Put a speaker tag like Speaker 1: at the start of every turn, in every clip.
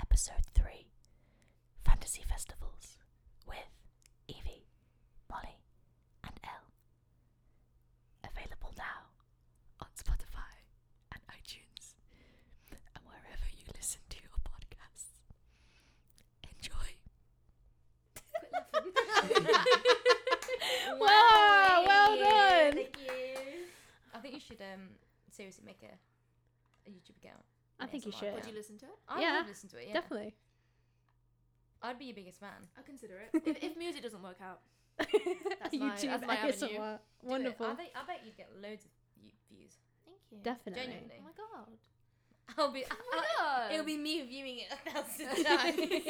Speaker 1: episode 3 Fantasy Festivals with Evie, Molly, and Elle. Available now on Spotify and iTunes and wherever you listen to your podcasts. Enjoy. Wow, well done.
Speaker 2: Thank you. I think you should um seriously make a, a YouTube account.
Speaker 3: I think you
Speaker 2: ASMR
Speaker 3: should.
Speaker 2: account.
Speaker 4: Would you listen to it?
Speaker 2: I
Speaker 3: Yeah,
Speaker 2: would listen to it. Yeah.
Speaker 3: Definitely.
Speaker 2: I'd be your biggest fan.
Speaker 4: I'll consider it. if, if music doesn't work out, That's my-
Speaker 3: YouTube
Speaker 4: that's my avenue.
Speaker 3: ASMR.
Speaker 2: Do it.
Speaker 3: Wonderful.
Speaker 2: I, bet, I bet you'd get loads of you- views.
Speaker 4: thank you.
Speaker 3: Definitely.
Speaker 2: Genuinely.
Speaker 4: Oh my god.
Speaker 2: I'll be. I'll-
Speaker 4: God.
Speaker 2: It'll be me viewing it a thousand times.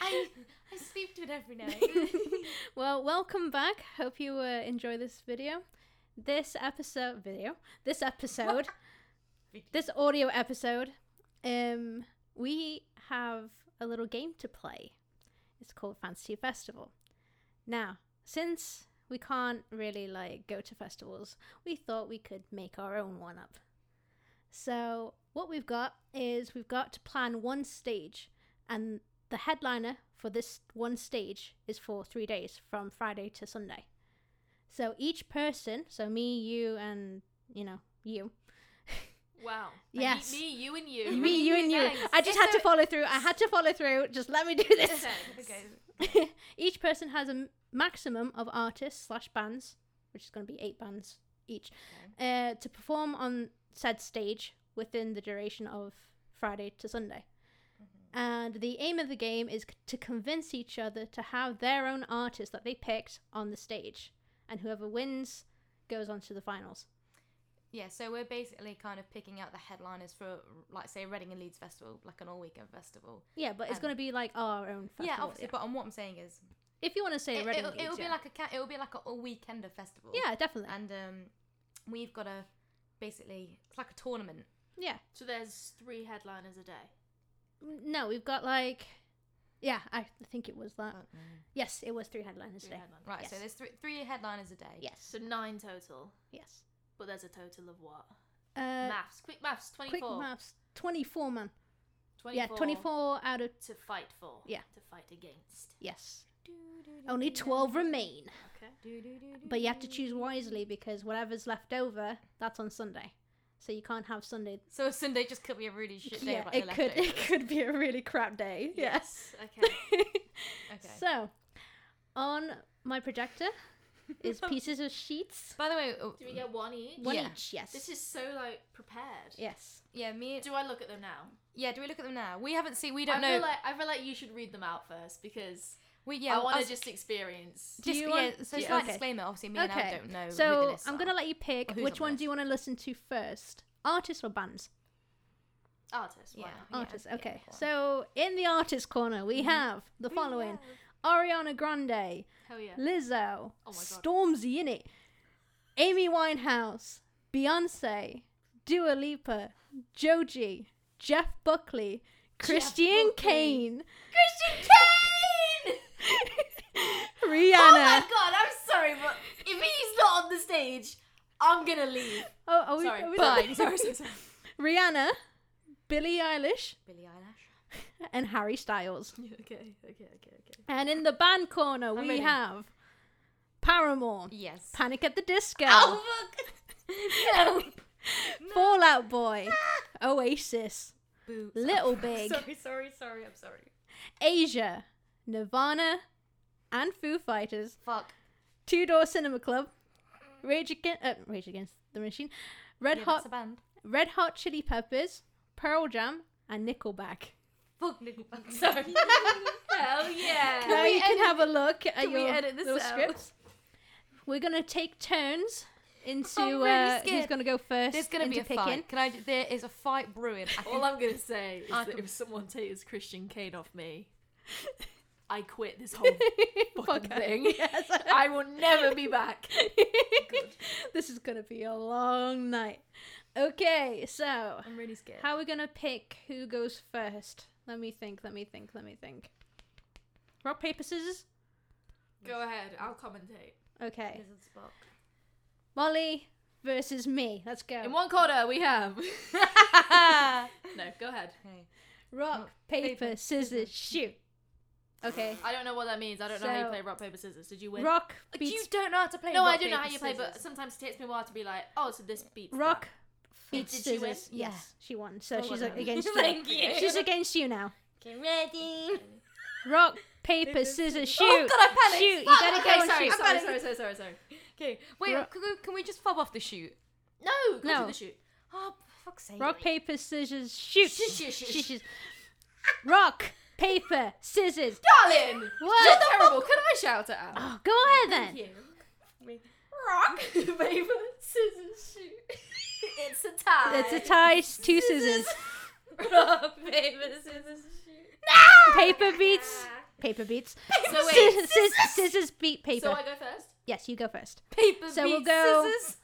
Speaker 2: I I sleep to it every night.
Speaker 3: well, welcome back. Hope you uh, enjoy this video. This episode video, this episode, this audio episode, um we have a little game to play. It's called Fantasy Festival. Now, since we can't really like go to festivals, we thought we could make our own one up. So, what we've got is we've got to plan one stage and the headliner for this one stage is for three days from Friday to Sunday. So each person, so me, you, and you know, you,
Speaker 4: Wow.
Speaker 3: Yes.
Speaker 4: Me, me, you, and you.
Speaker 3: me, you, and you. I just had to
Speaker 4: It's so-
Speaker 3: follow through. I had to follow through. Just let me do this.
Speaker 4: Thanks. Okay.
Speaker 3: each person has a m- maximum of artists slash bands, which is going to be eight bands each, uh, to perform on said stage within the duration of Friday to Sunday.
Speaker 2: Mm-hmm.
Speaker 3: And the aim of the game is c- to convince each other to have their own artist that they picked on the stage, and whoever wins goes on to the finals.
Speaker 2: Yeah, so we're basically kind of picking out the headliners for, like, say, Reading and Leeds Festival, like an all weekend festival.
Speaker 3: Yeah, but it's
Speaker 2: Um,
Speaker 3: going to be like our own festival.
Speaker 2: yeah, obviously. But on what I'm saying is,
Speaker 3: If you want to say
Speaker 2: it,
Speaker 3: Reading
Speaker 2: will
Speaker 3: Leeds,
Speaker 2: be
Speaker 3: yeah.
Speaker 2: like a ca- it'll be like a all weekender festival.
Speaker 3: yeah, definitely.
Speaker 2: and um, we've got a basically it's like a tournament.
Speaker 3: yeah.
Speaker 4: So there's three headliners a day.
Speaker 3: No, we've got like, yeah, I think it was
Speaker 2: Uh,
Speaker 3: that. Yes, it was three headliners
Speaker 4: Three
Speaker 3: today.
Speaker 4: headliners.
Speaker 2: Right, so
Speaker 3: Uh, Yes.
Speaker 2: there's three three headliners a day.
Speaker 3: Yes,
Speaker 4: So nine total.
Speaker 3: yes.
Speaker 4: But there's a total of what?
Speaker 3: Uh,
Speaker 4: maths. Quick maths. Twenty-four.
Speaker 3: quick maths, twenty-four man.
Speaker 4: 24
Speaker 3: Yeah, twenty-four out of
Speaker 4: To fight for.
Speaker 3: Yeah.
Speaker 4: To fight against.
Speaker 3: yes. Only twelve remain,
Speaker 4: Okay.
Speaker 3: but you have to choose wisely because whatever's left over, that's on Sunday, so you can't have Sunday.
Speaker 2: So Sunday just could be a really shit day.
Speaker 3: yeah,
Speaker 2: about
Speaker 3: it
Speaker 2: your
Speaker 3: could it
Speaker 2: leftovers.
Speaker 3: could be a really crap day.
Speaker 4: Yes. Okay.
Speaker 3: Yes.
Speaker 2: Okay.
Speaker 3: So, on my projector is pieces of sheets.
Speaker 2: By the way, oh,
Speaker 4: Do we get one each?
Speaker 3: One
Speaker 2: Yeah.
Speaker 3: each. Yes.
Speaker 4: This is so like prepared.
Speaker 3: yes.
Speaker 2: yeah, me.
Speaker 4: Do I look at them now?
Speaker 2: yeah, do we look at them now? We haven't seen. We don't
Speaker 4: I
Speaker 2: know.
Speaker 4: Feel like, I feel like you should read them out first because
Speaker 2: we yeah.
Speaker 4: I want
Speaker 2: us-
Speaker 4: to just experience.
Speaker 3: Do
Speaker 2: just-
Speaker 3: you
Speaker 2: yeah,
Speaker 3: want-
Speaker 2: so
Speaker 3: do you-
Speaker 2: slight
Speaker 3: okay.
Speaker 2: disclaimer. Obviously, me and I don't know. who the
Speaker 3: So
Speaker 2: lists
Speaker 3: I'm
Speaker 2: are.
Speaker 3: gonna let you pick
Speaker 2: Or who's
Speaker 3: which
Speaker 2: on
Speaker 3: one
Speaker 2: the
Speaker 3: do you want to listen to first, artists or bands?
Speaker 4: Artist. Why
Speaker 2: Yeah.
Speaker 4: not?
Speaker 2: Yeah,
Speaker 3: Artists.
Speaker 2: yeah,
Speaker 3: okay.
Speaker 2: go on.
Speaker 3: So in the artist corner,
Speaker 4: Mm-hmm.
Speaker 3: we have the following: Ariana Grande,
Speaker 4: Hell yeah.
Speaker 3: Lizzo,
Speaker 4: Oh God.
Speaker 3: Stormzy in it, Amy Winehouse, Beyonce, Dua Lipa, Joji, Jeff Buckley, Christian
Speaker 4: Buckley.
Speaker 3: Kane,
Speaker 4: Christian Kane!
Speaker 3: Rihanna.
Speaker 4: Oh my god, I'm sorry, but if he's not on the stage, I'm gonna leave.
Speaker 3: Oh, are we-
Speaker 4: Sorry,
Speaker 3: are we-
Speaker 4: bye. sorry, sorry, sorry.
Speaker 3: Rihanna, Billie Eilish,
Speaker 2: Billie Eilish.
Speaker 3: and Harry Styles.
Speaker 4: okay, okay, okay, okay.
Speaker 3: And in the band corner, we
Speaker 2: ready.
Speaker 3: have Paramore,
Speaker 2: Yes.
Speaker 3: Panic at the Disco,
Speaker 4: Oh
Speaker 2: no.
Speaker 3: Fallout Boy, Oasis,
Speaker 2: Boots.
Speaker 3: Little Big,
Speaker 4: Sorry, sorry, sorry, I'm sorry.
Speaker 3: Asia, Nirvana, and Foo Fighters,
Speaker 2: Fuck.
Speaker 3: Two Door Cinema Club, Rage Against, uh, Rage Against the Machine, Red
Speaker 2: Yeah, that's
Speaker 3: Hot,
Speaker 2: a band.
Speaker 3: Red Hot Chili Peppers, Pearl Jam, and Nickelback.
Speaker 2: Fuck Nickelback. Sorry.
Speaker 4: Hell yeah.
Speaker 3: now you can have a look at
Speaker 4: we
Speaker 3: your
Speaker 4: edit this
Speaker 3: little
Speaker 4: out?
Speaker 3: scripts. We're gonna take turns into
Speaker 2: I'm really
Speaker 3: uh, who's
Speaker 2: scared.
Speaker 3: gonna go first.
Speaker 2: There's gonna be
Speaker 3: into
Speaker 2: a
Speaker 3: picking.
Speaker 2: fight. Can I? There is a fight brewing. I
Speaker 4: All I'm gonna say is
Speaker 2: I
Speaker 4: that
Speaker 2: could-
Speaker 4: if someone takes Christian Kane off me, I quit this whole fucking
Speaker 3: Fucker.
Speaker 4: thing.
Speaker 3: Yes.
Speaker 4: I will never be back.
Speaker 3: this is gonna be a long night. Okay, so
Speaker 4: I'm really scared.
Speaker 3: how are we gonna pick who goes first? Let me think. Let me think. Let me think. Rock paper scissors.
Speaker 4: Go ahead, I'll commentate.
Speaker 3: Okay,
Speaker 2: Lizard spot.
Speaker 3: Molly versus me. Let's go.
Speaker 2: Ah,
Speaker 4: In one corner, we have. no, go ahead.
Speaker 2: Okay.
Speaker 3: Rock, paper,
Speaker 2: paper,
Speaker 3: scissors, shoot. Okay.
Speaker 4: I don't know what that means. I don't know how you
Speaker 3: So-
Speaker 4: play rock paper scissors. Did you win?
Speaker 3: Rock
Speaker 2: you
Speaker 3: beats
Speaker 2: don't know how to play.
Speaker 4: no, I
Speaker 2: rock,
Speaker 4: don't know how
Speaker 2: paper,
Speaker 4: you play, but
Speaker 2: scissors.
Speaker 4: sometimes it takes me a while to be like, oh, so this beats.
Speaker 3: rock
Speaker 4: Did
Speaker 3: beats
Speaker 4: she win?
Speaker 3: scissors. Yes, she won. So
Speaker 4: Oh,
Speaker 3: she's
Speaker 4: well
Speaker 3: like,
Speaker 4: done.
Speaker 3: against you.
Speaker 2: Thank you.
Speaker 3: She's against you now.
Speaker 2: Okay, ready.
Speaker 3: Rock, paper, scissors, shoot.
Speaker 2: Oh god, I panicked.
Speaker 3: Shoot, you
Speaker 2: Fuck,
Speaker 3: gotta
Speaker 2: okay,
Speaker 3: go and
Speaker 2: sorry,
Speaker 3: shoot.
Speaker 2: I'm
Speaker 4: Sorry,
Speaker 2: panicking.
Speaker 4: sorry, sorry, sorry, sorry.
Speaker 2: Okay, wait.
Speaker 3: Rock-
Speaker 2: can, we, can we just fob off the shoot?
Speaker 4: No, go
Speaker 3: No.
Speaker 4: to the shoot.
Speaker 2: Oh, for fuck's sake.
Speaker 3: Rock, paper, scissors, shoot.
Speaker 4: Shoot, shoot, shoot,
Speaker 3: Scissors. Rock, paper, scissors.
Speaker 4: Darling,
Speaker 3: What?
Speaker 4: you're terrible. Could I shout it out?
Speaker 3: Oh, go ahead then.
Speaker 4: Thank you. Rock, paper, scissors, shoot. it's a tie.
Speaker 3: It's a tie, s- two scissors.
Speaker 4: Rock, paper, scissors, shoot.
Speaker 3: Paper beats. Paper beats.
Speaker 4: So wait,
Speaker 3: Scissors, scissors, scissors beat paper.
Speaker 4: so I go first?
Speaker 3: yes, you go first.
Speaker 2: paper
Speaker 3: So we'll
Speaker 2: beats
Speaker 3: go-
Speaker 2: scissors.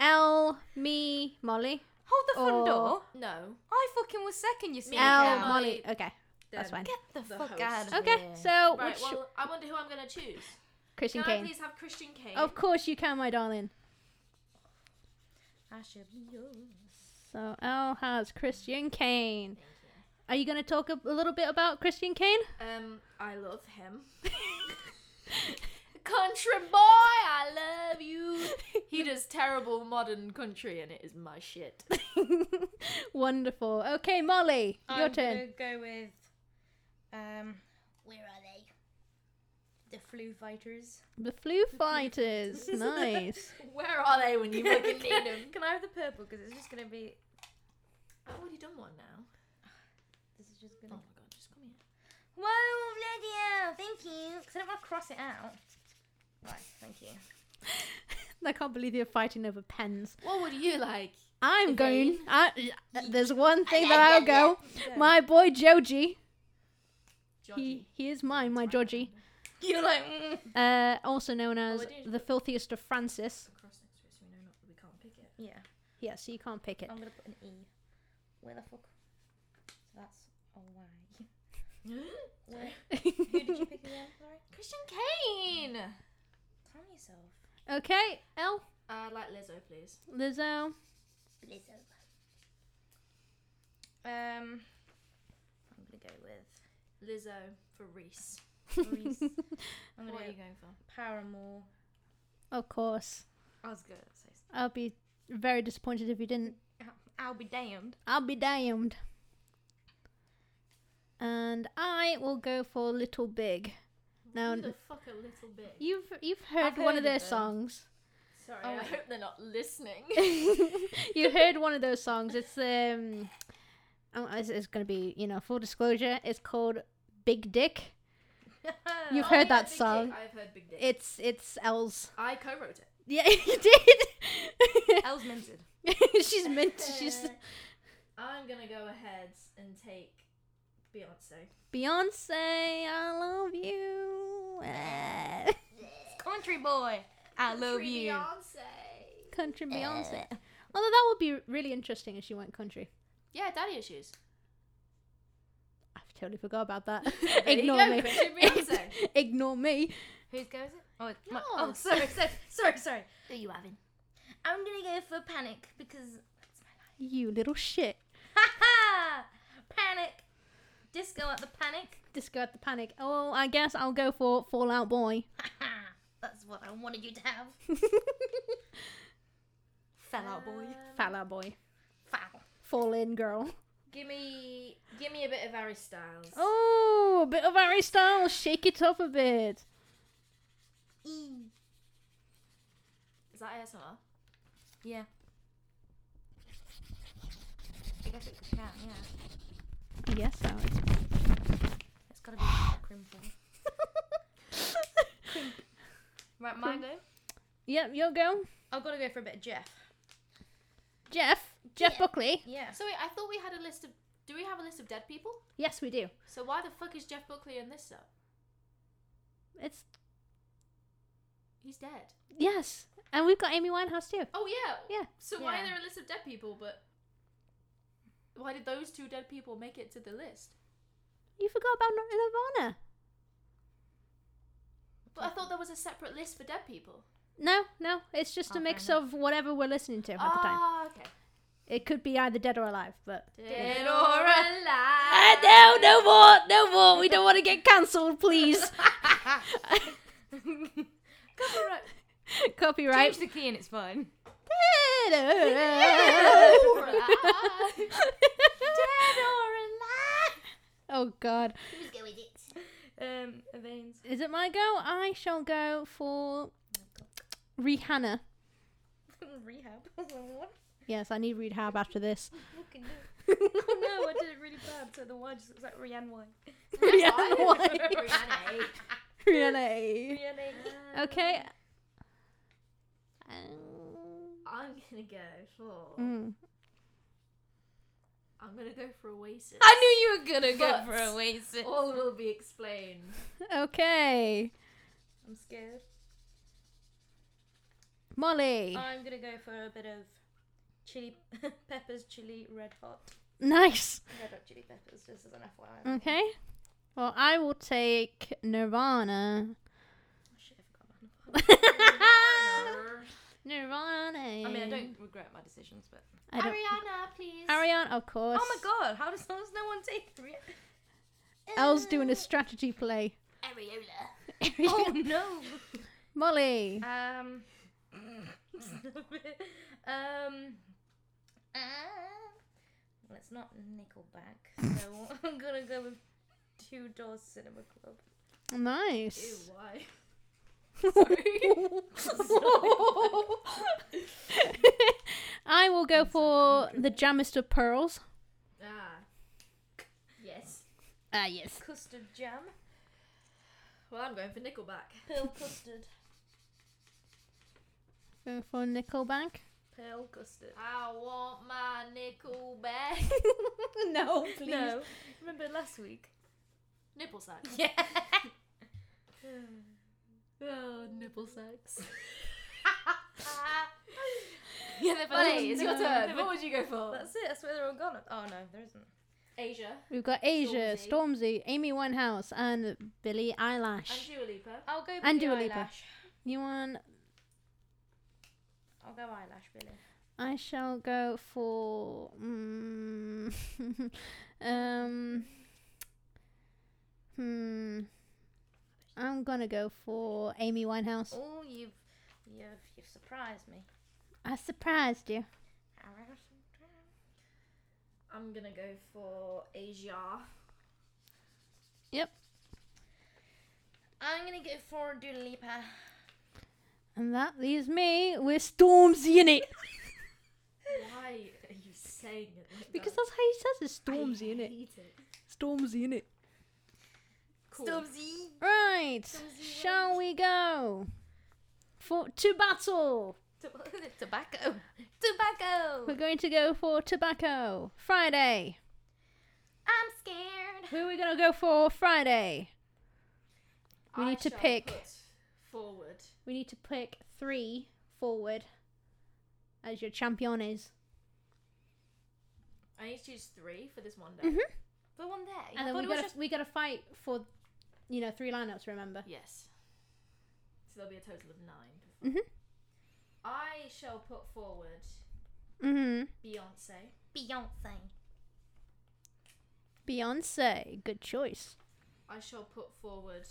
Speaker 3: L, me, Molly.
Speaker 2: Hold the front
Speaker 3: Or-
Speaker 2: door.
Speaker 4: No.
Speaker 2: I fucking was second. You see.
Speaker 4: Me,
Speaker 3: L,
Speaker 4: Molly.
Speaker 3: Molly. Okay, that's fine.
Speaker 4: Then.
Speaker 2: Get Oh the,
Speaker 4: The
Speaker 2: fuck
Speaker 4: host.
Speaker 2: out of here.
Speaker 3: Okay, so
Speaker 4: Right,
Speaker 3: what's your-
Speaker 4: well, I wonder who I'm going to choose.
Speaker 3: Christian
Speaker 4: Can I
Speaker 3: Kane?
Speaker 4: please have Christian Kane?
Speaker 3: Of course you can, my darling.
Speaker 2: I should be yours.
Speaker 3: So L has Christian Kane. Are you going to talk a, a little bit about Christian Kane?
Speaker 4: Um, I love him. country boy, I love you. He does terrible modern country, and it is my shit.
Speaker 3: Wonderful. Okay, Molly, your turn.
Speaker 2: go with. Um, where are they? The flu fighters.
Speaker 3: The Flu Fighters. nice.
Speaker 4: Where are they when you fucking need them?
Speaker 2: Can I have the purple? Because it's just gonna be.
Speaker 4: I've already done one now.
Speaker 2: This is just
Speaker 4: Oh my
Speaker 2: gonna.
Speaker 4: god, just come here.
Speaker 2: Whoa, bloody hell! Thank you. Because I don't want to cross it out. Right, thank you.
Speaker 3: I can't believe you're fighting over pens.
Speaker 4: What would you like?
Speaker 3: I'm
Speaker 4: Okay.
Speaker 3: going. I, uh, there's one thing that I'll go. My boy Joji. He, he is mine, my Georgie.
Speaker 2: You're like. Mm.
Speaker 3: Uh, also known
Speaker 2: Oh,
Speaker 3: as
Speaker 4: I didn't
Speaker 3: the filthiest of Francis.
Speaker 4: Across next to it, so we know not we can't pick it.
Speaker 2: Yeah.
Speaker 3: Yeah, so you can't pick it.
Speaker 2: I'm gonna put an E. Where the fuck? So that's a Y. Where, who did you pick again? Sorry.
Speaker 4: Christian Kane.
Speaker 2: Calm yourself.
Speaker 3: Okay, L.
Speaker 4: Uh, like Lizzo, please.
Speaker 3: Lizzo.
Speaker 2: Lizzo. Um, I'm gonna go with
Speaker 4: Lizzo for Reese.
Speaker 2: Reese. I'm
Speaker 4: What
Speaker 2: gonna
Speaker 4: are you
Speaker 2: go
Speaker 4: going for?
Speaker 2: Paramore.
Speaker 3: Of course.
Speaker 4: I was good.
Speaker 3: I'll be very disappointed if you didn't.
Speaker 2: I'll be damned.
Speaker 3: I'll be damned. And I will go for Little Big. Now,
Speaker 4: Who the fuck a little bit.
Speaker 3: You've you've heard, one
Speaker 2: heard
Speaker 3: of
Speaker 2: of
Speaker 3: their
Speaker 2: them.
Speaker 3: songs.
Speaker 4: Sorry,
Speaker 2: Oh,
Speaker 4: I
Speaker 2: wait.
Speaker 4: hope they're not listening.
Speaker 3: you heard one of those songs. It's um, oh, it's, it's gonna be you know full disclosure. It's called Big Dick. You've
Speaker 4: Oh,
Speaker 3: heard
Speaker 4: yeah,
Speaker 3: that
Speaker 4: Big Dick.
Speaker 3: song.
Speaker 4: I've heard Big Dick.
Speaker 3: It's it's Els.
Speaker 4: I co-wrote it.
Speaker 3: Yeah, you did.
Speaker 2: Elle's minted.
Speaker 3: she's mint. She's
Speaker 4: I'm gonna go ahead and take Beyonce.
Speaker 3: Beyonce. I love you. Eh,
Speaker 2: Country boy. I love
Speaker 4: Country
Speaker 2: you.
Speaker 4: Beyonce.
Speaker 3: country Beyonce. Although that would be really interesting if she went country.
Speaker 4: Yeah, daddy issues.
Speaker 3: I totally forgot about that.
Speaker 4: There you
Speaker 3: Ignore
Speaker 4: go,
Speaker 3: me.
Speaker 4: Country Beyonce.
Speaker 3: Ignore me.
Speaker 2: Whose go is it? Oh, it's my-
Speaker 4: Yours.
Speaker 2: oh sorry, sorry, sorry, sorry.
Speaker 4: Who you having?
Speaker 2: I'm gonna go for panic because
Speaker 3: You little shit.
Speaker 2: ha ha panic disco at the panic.
Speaker 3: Disco at the Panic. Oh, I guess I'll go for Fallout Boy.
Speaker 2: Ha ha. That's what I wanted you to have. Fell out boy.
Speaker 4: Um,
Speaker 3: Fallout Boy.
Speaker 2: Foul.
Speaker 3: Fall in girl.
Speaker 4: Give me, give me a bit of Harry Styles.
Speaker 3: Oh, a bit of Harry Styles. Shake it up a bit.
Speaker 2: E.
Speaker 4: Is that ASMR?
Speaker 2: Yeah. I guess it could count, yeah.
Speaker 3: Yes, that
Speaker 2: It's gotta be a crimple.
Speaker 3: was.
Speaker 2: Right, mine go.
Speaker 3: yep, you'll go.
Speaker 2: I've gotta go for a bit of Jeff.
Speaker 3: Jeff. Jeff
Speaker 4: Yeah.
Speaker 3: Buckley.
Speaker 2: Yeah.
Speaker 4: So wait, I thought we had a list of. Do we have a list of dead people?
Speaker 3: Yes, we do.
Speaker 4: So why the fuck is Jeff Buckley in this up?
Speaker 3: It's
Speaker 4: He's dead.
Speaker 3: yes, and we've got Amy Winehouse too.
Speaker 4: Oh yeah.
Speaker 3: Yeah.
Speaker 4: So why
Speaker 2: Yeah.
Speaker 4: are there a list of dead people? But why did those two dead people make it to the list?
Speaker 3: You forgot about Nirvana.
Speaker 4: But I thought there was a separate list for dead people.
Speaker 3: No, no, it's just
Speaker 2: Oh,
Speaker 3: a
Speaker 2: fair
Speaker 3: mix
Speaker 2: enough.
Speaker 3: of whatever we're listening to at the time.
Speaker 4: Ah, okay.
Speaker 3: It could be either dead or alive, but
Speaker 4: Dead or alive.
Speaker 3: Ah, no, no more, no more. We don't want to get cancelled, please.
Speaker 4: Copyright.
Speaker 3: Copyright.
Speaker 5: Change the key and it's fine.
Speaker 3: Dead or
Speaker 4: Or alive.
Speaker 3: alive. Oh God,
Speaker 2: Who's going with it?
Speaker 5: Um, Avains.
Speaker 3: is it my go? I shall go for Rihanna.
Speaker 2: Rehab. what?
Speaker 3: Yes, I need rehab after this.
Speaker 2: Fucking
Speaker 5: Oh no, I did it really bad. So the Y just looks like Rihanna Y.
Speaker 3: Rihanna. why?
Speaker 4: Rihanna.
Speaker 3: Rihanna.
Speaker 5: Rihanna.
Speaker 3: Okay.
Speaker 4: I'm gonna go for.
Speaker 3: Mm.
Speaker 4: I'm gonna go for Oasis.
Speaker 5: I knew you were gonna
Speaker 4: But-
Speaker 5: go for Oasis.
Speaker 4: All will be explained.
Speaker 3: Okay,
Speaker 2: I'm scared.
Speaker 3: Molly.
Speaker 2: I'm gonna go for a bit of chili peppers, chili red hot,
Speaker 3: nice.
Speaker 2: red hot chili peppers. Just as an FYI.
Speaker 3: Okay. Well, I will take Nirvana.
Speaker 2: Oh, shit, I forgot about that.
Speaker 3: Nirvana.
Speaker 5: I mean, I don't regret my decisions, but
Speaker 3: I don't.
Speaker 4: Ariana, please.
Speaker 3: Ariane, of course.
Speaker 5: oh my god, how does, how does no one take Rihanna?
Speaker 3: Elle's doing a strategy play.
Speaker 4: Ariola.
Speaker 5: Oh no.
Speaker 3: Molly.
Speaker 5: Um. um.
Speaker 2: Ah. Well, it's not Nickelback, so I'm gonna go with Two Doors Cinema Club.
Speaker 3: Nice.
Speaker 4: why?
Speaker 3: I will go for the Jamister Pearls.
Speaker 4: Ah. Yes.
Speaker 3: Ah, yes.
Speaker 2: Custard jam,
Speaker 4: Well, I'm going for Nickelback.
Speaker 2: pearl custard,
Speaker 3: Go for Nickelback.
Speaker 2: pearl custard.
Speaker 4: I want my Nickelback.
Speaker 3: no, please.
Speaker 5: No. Remember last week?
Speaker 4: Nipple sack.
Speaker 5: Yeah.
Speaker 4: Oh, nipple sacks. yeah, they're funny. It's your
Speaker 5: no,
Speaker 4: turn.
Speaker 5: they're
Speaker 4: What would you go for?
Speaker 2: That's it. That's where they're all gone. Oh no, there isn't.
Speaker 4: Asia.
Speaker 3: We've got Asia,
Speaker 4: Stormzy.
Speaker 3: Stormzy, Amy Winehouse, and Billie Eilish.
Speaker 4: Dua Lipa.
Speaker 2: I'll go.
Speaker 3: And
Speaker 2: Billie
Speaker 3: Dua Lipa.
Speaker 2: Eyelash.
Speaker 3: You want?
Speaker 2: I'll go eyelash, Billy.
Speaker 3: I shall go for. Mm, um. Hmm. I'm gonna go for Amy Winehouse.
Speaker 2: Oh, you've you've you've surprised me.
Speaker 3: I surprised you.
Speaker 4: I'm gonna go for Asia.
Speaker 2: I'm gonna go for Dua Lipa.
Speaker 3: And that leaves me with Stormzy in it.
Speaker 4: Why are you saying it like
Speaker 3: Because
Speaker 4: that?
Speaker 3: that's how he says it's
Speaker 4: I
Speaker 3: Stormzy in it.
Speaker 4: hate it.
Speaker 3: Stormzy in it.
Speaker 4: Cool.
Speaker 3: Right. Shall we go? For to battle.
Speaker 5: Tobacco.
Speaker 3: We're
Speaker 5: Tobacco.
Speaker 3: going to go for tobacco. Friday.
Speaker 2: I'm scared.
Speaker 3: Who are we gonna go for Friday? We
Speaker 4: I
Speaker 3: need to
Speaker 4: shall
Speaker 3: pick.
Speaker 4: put forward.
Speaker 3: We need to pick three forward as your champion is.
Speaker 4: I need to choose three for this one day.
Speaker 3: Mhm.
Speaker 4: For one day.
Speaker 3: And then we gotta we gotta fight for you know, three lineups, remember?
Speaker 4: Yes. So there'll be a total of nine.
Speaker 3: Mm-hmm.
Speaker 4: I shall put forward
Speaker 3: Mm-hmm.
Speaker 4: Beyonce.
Speaker 2: Beyonce.
Speaker 3: Beyonce, good choice.
Speaker 4: I shall put forward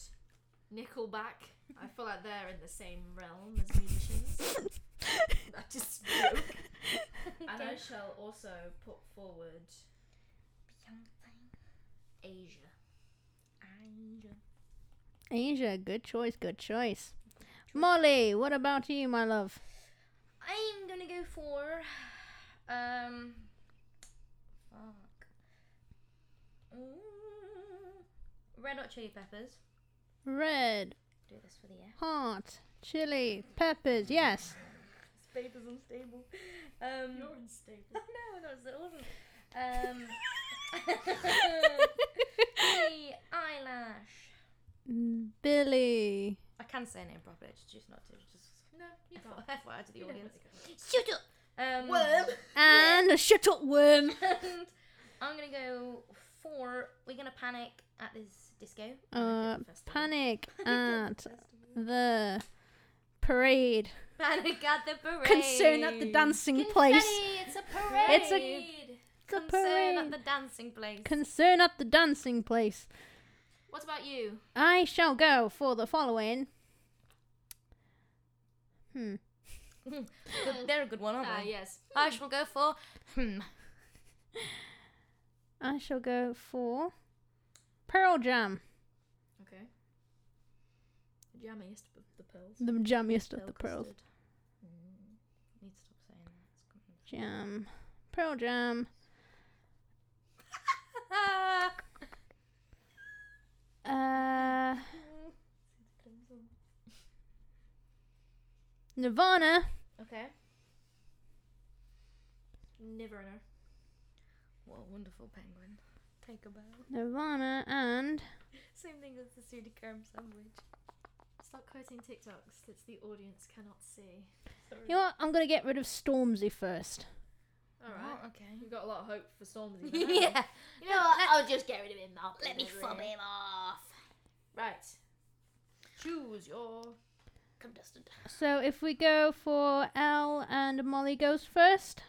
Speaker 4: Nickelback. I feel like they're in the same realm as musicians. that just broke. And I shall also put forward
Speaker 2: Beyonce.
Speaker 4: Asia.
Speaker 2: Angel.
Speaker 3: Asia, good choice, good choice. Molly, what about you, my love?
Speaker 2: I'm gonna go for um fuck. Mm, Red hot chili peppers.
Speaker 3: Red,
Speaker 2: Do this for the air.
Speaker 3: hot, chili, peppers, yes.
Speaker 2: This paper's unstable. Um
Speaker 4: unstable.
Speaker 2: Oh no, that was it wasn't. Um the eyelash.
Speaker 3: Billy.
Speaker 2: I can say her name properly, it's just not to just
Speaker 4: No, you can't.
Speaker 2: FYI to the
Speaker 4: You
Speaker 2: audience.
Speaker 4: definitely
Speaker 2: Shut up! Um
Speaker 4: can't.
Speaker 3: And a shut up worm.
Speaker 2: and I'm gonna go for we're gonna panic at this disco.
Speaker 3: Uh,
Speaker 4: Festival.
Speaker 3: panic at the parade.
Speaker 2: Panic at the parade.
Speaker 3: Concern at the dancing place.
Speaker 2: Confetti, it's a Parade.
Speaker 3: It's a-
Speaker 2: concern
Speaker 3: parade.
Speaker 2: at the dancing place.
Speaker 3: Concern at the dancing place.
Speaker 4: What about you?
Speaker 3: I shall go for the following. Hmm.
Speaker 2: Good- They're a good one, aren't
Speaker 4: Ah,
Speaker 2: they?
Speaker 4: yes.
Speaker 2: I shall go for. Hmm.
Speaker 3: I shall go for Pearl Jam.
Speaker 4: Okay. Jammiest of the pearls.
Speaker 3: The jammiest of the pearls.
Speaker 4: custard.
Speaker 2: Mm. Need to stop saying that. It's confusing.
Speaker 3: Jam. Pearl Jam. Uh, Nirvana.
Speaker 4: Okay. Nirvana.
Speaker 2: What a wonderful penguin.
Speaker 5: Take a bow.
Speaker 3: Nirvana and
Speaker 5: Same thing as the Sudi Karam sandwich.
Speaker 4: Stop quoting TikToks that the audience cannot see.
Speaker 5: Sorry.
Speaker 3: you know what? I'm gonna get rid of Stormzy first.
Speaker 4: All right.
Speaker 2: Oh, okay.
Speaker 4: You've got a lot of hope for Stormzy. now.
Speaker 2: yeah.
Speaker 4: You know what? I'll just get rid of him. I'll
Speaker 2: Let me fob him off.
Speaker 4: Right. Choose your.
Speaker 2: Come, Dusted.
Speaker 3: So if we go for L and Molly goes first,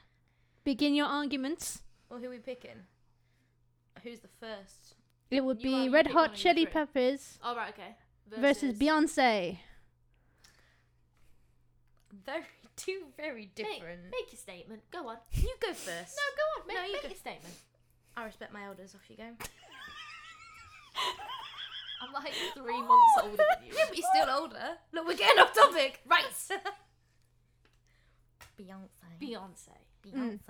Speaker 3: begin your arguments.
Speaker 2: Well, who are we picking? Who's the first?
Speaker 3: It would
Speaker 4: You
Speaker 3: be
Speaker 4: are- you
Speaker 3: Red
Speaker 4: pick one
Speaker 3: Hot
Speaker 4: of you
Speaker 3: Chili
Speaker 4: three.
Speaker 3: Peppers
Speaker 4: All right. Okay.
Speaker 3: versus, Beyonce.
Speaker 2: Very two very different.
Speaker 4: Make your statement. Go on.
Speaker 2: You go first.
Speaker 4: No, go on. Make,
Speaker 2: No, you
Speaker 4: make
Speaker 2: go-
Speaker 4: your statement.
Speaker 2: I respect my elders. Off you go.
Speaker 4: I'm like three months older than you.
Speaker 2: Yeah, but you're still older. Look, we're getting off topic. Right. Beyonce.
Speaker 4: Beyonce.
Speaker 2: Beyonce.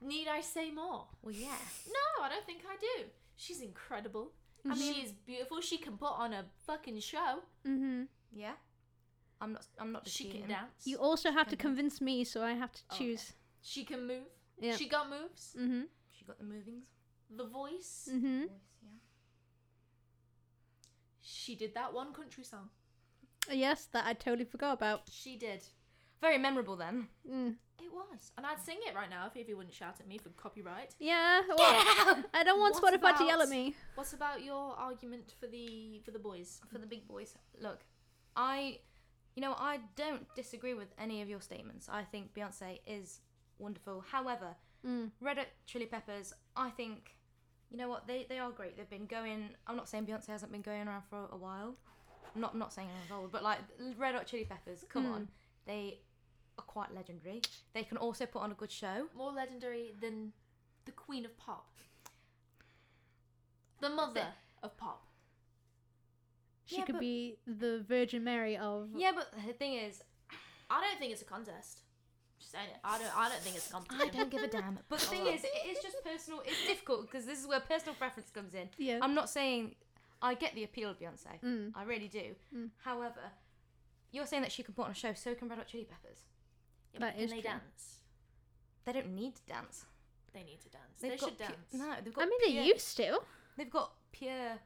Speaker 4: Need I say more?
Speaker 2: Well, yeah.
Speaker 4: No, I don't think I do. She's incredible. I mean, she is beautiful. She can put on a fucking show.
Speaker 3: Mm-hmm.
Speaker 2: Yeah. I'm not. I'm not
Speaker 4: She
Speaker 2: disputing.
Speaker 4: can dance.
Speaker 3: You also have to
Speaker 2: Can I-
Speaker 3: convince me, so I have to
Speaker 2: Oh, okay.
Speaker 3: choose.
Speaker 4: She can move.
Speaker 3: Yeah.
Speaker 4: She got moves.
Speaker 3: Mm-hmm.
Speaker 2: She got the movings.
Speaker 4: The voice.
Speaker 3: Mm-hmm.
Speaker 2: Voice, yeah.
Speaker 4: She did that one country song.
Speaker 3: Yes, that I totally forgot about.
Speaker 4: She did.
Speaker 2: Very memorable then.
Speaker 3: Mm.
Speaker 4: It was. And I'd sing it right now if Evie wouldn't shout at me for copyright.
Speaker 3: Yeah. Well, I don't want
Speaker 4: What
Speaker 3: Spotify to yell at
Speaker 4: about-
Speaker 3: me.
Speaker 4: What about your argument for the for the boys?
Speaker 2: For the big boys. Look, I, you know, I don't disagree with any of your statements. I think Beyonce is wonderful. However,
Speaker 3: Mm.
Speaker 2: Red Hot Chili Peppers, I think, you know what? They they are great. They've been going. I'm not saying Beyonce hasn't been going around for a while. I'm not not saying anyone's old, but like Red Hot Chili Peppers, come
Speaker 4: Hmm.
Speaker 3: Mm.
Speaker 2: on, they are quite legendary. They can also put on a good show.
Speaker 4: More legendary than the Queen of Pop. The mother of pop.
Speaker 3: She
Speaker 2: Yeah,
Speaker 3: could
Speaker 2: but-
Speaker 3: be the Virgin Mary of.
Speaker 4: Mm-hmm.
Speaker 2: Yeah, but the thing is,
Speaker 4: I don't think it's a contest. Just saying it. I don't I don't think it's a competition.
Speaker 2: I don't give a damn. But the thing is, it is just personal. It's difficult because this is where personal preference comes in.
Speaker 3: Yeah.
Speaker 2: I'm not saying I get the appeal of Beyonce.
Speaker 3: Mm.
Speaker 2: I really do.
Speaker 3: Mm.
Speaker 2: However, you're saying that she can put on a show, so can Red Hot Chili Peppers.
Speaker 4: Yeah,
Speaker 3: That
Speaker 4: but can
Speaker 3: is
Speaker 4: they
Speaker 3: true.
Speaker 4: dance?
Speaker 2: They don't need to dance.
Speaker 4: They need to dance.
Speaker 2: They've
Speaker 4: they
Speaker 2: got
Speaker 4: should
Speaker 2: pu-
Speaker 4: dance.
Speaker 2: no, they've got.
Speaker 3: I mean,
Speaker 2: pure,
Speaker 3: they used to.
Speaker 2: They've got pure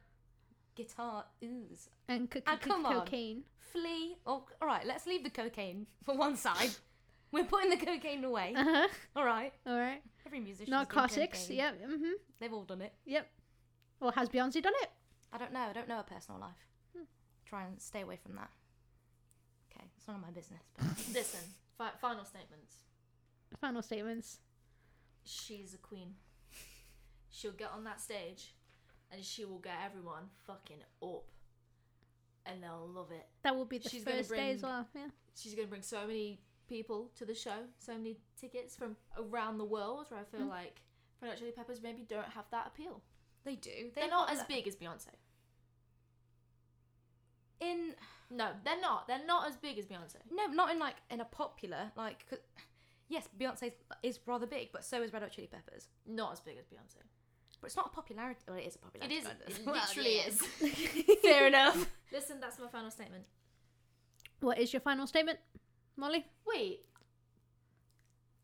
Speaker 2: guitar ooze.
Speaker 3: And c-
Speaker 2: Ah,
Speaker 3: c-
Speaker 2: come on.
Speaker 3: cocaine.
Speaker 2: Flea. Oh, all right. Let's leave the cocaine for one side. We're putting the cocaine away.
Speaker 3: Uh huh.
Speaker 2: All right.
Speaker 3: All right.
Speaker 2: Every musician.
Speaker 3: Narcotics. Yep. Mm-hmm.
Speaker 2: They've all done it.
Speaker 3: Yep. Well, has Beyonce done it?
Speaker 2: I don't know. I don't know her personal life.
Speaker 4: Hmm.
Speaker 2: Try and stay away from that. Okay, it's none of my business. But
Speaker 4: Listen, fi- final statements.
Speaker 3: Final statements.
Speaker 4: She's a queen. She'll get on that stage and she will get everyone fucking up. And they'll love it.
Speaker 3: That will be the
Speaker 4: She's gonna
Speaker 3: first day as
Speaker 4: bring-
Speaker 3: well. Yeah.
Speaker 4: She's going to bring so many people to the show, so many tickets from around the world where I feel like Red Hot Chili Peppers maybe don't have that appeal.
Speaker 2: they do.
Speaker 4: They're,
Speaker 2: They've
Speaker 4: not
Speaker 2: got
Speaker 4: as
Speaker 2: that-
Speaker 4: big as Beyonce.
Speaker 2: in.
Speaker 4: No, they're not. They're not as big as Beyonce.
Speaker 2: No, not in like in a popular like. 'cause- yes, Beyonce is rather big, but so is Red Hot Chili Peppers.
Speaker 4: Not as big as Beyonce.
Speaker 2: But it's not a popularity. Well, it is a popularity.
Speaker 4: It is.
Speaker 2: contest.
Speaker 4: It
Speaker 2: Well,
Speaker 4: literally
Speaker 2: yeah.
Speaker 4: is.
Speaker 2: Fair enough.
Speaker 4: Listen, that's my final statement.
Speaker 3: What is your final statement, Molly?
Speaker 4: Wait.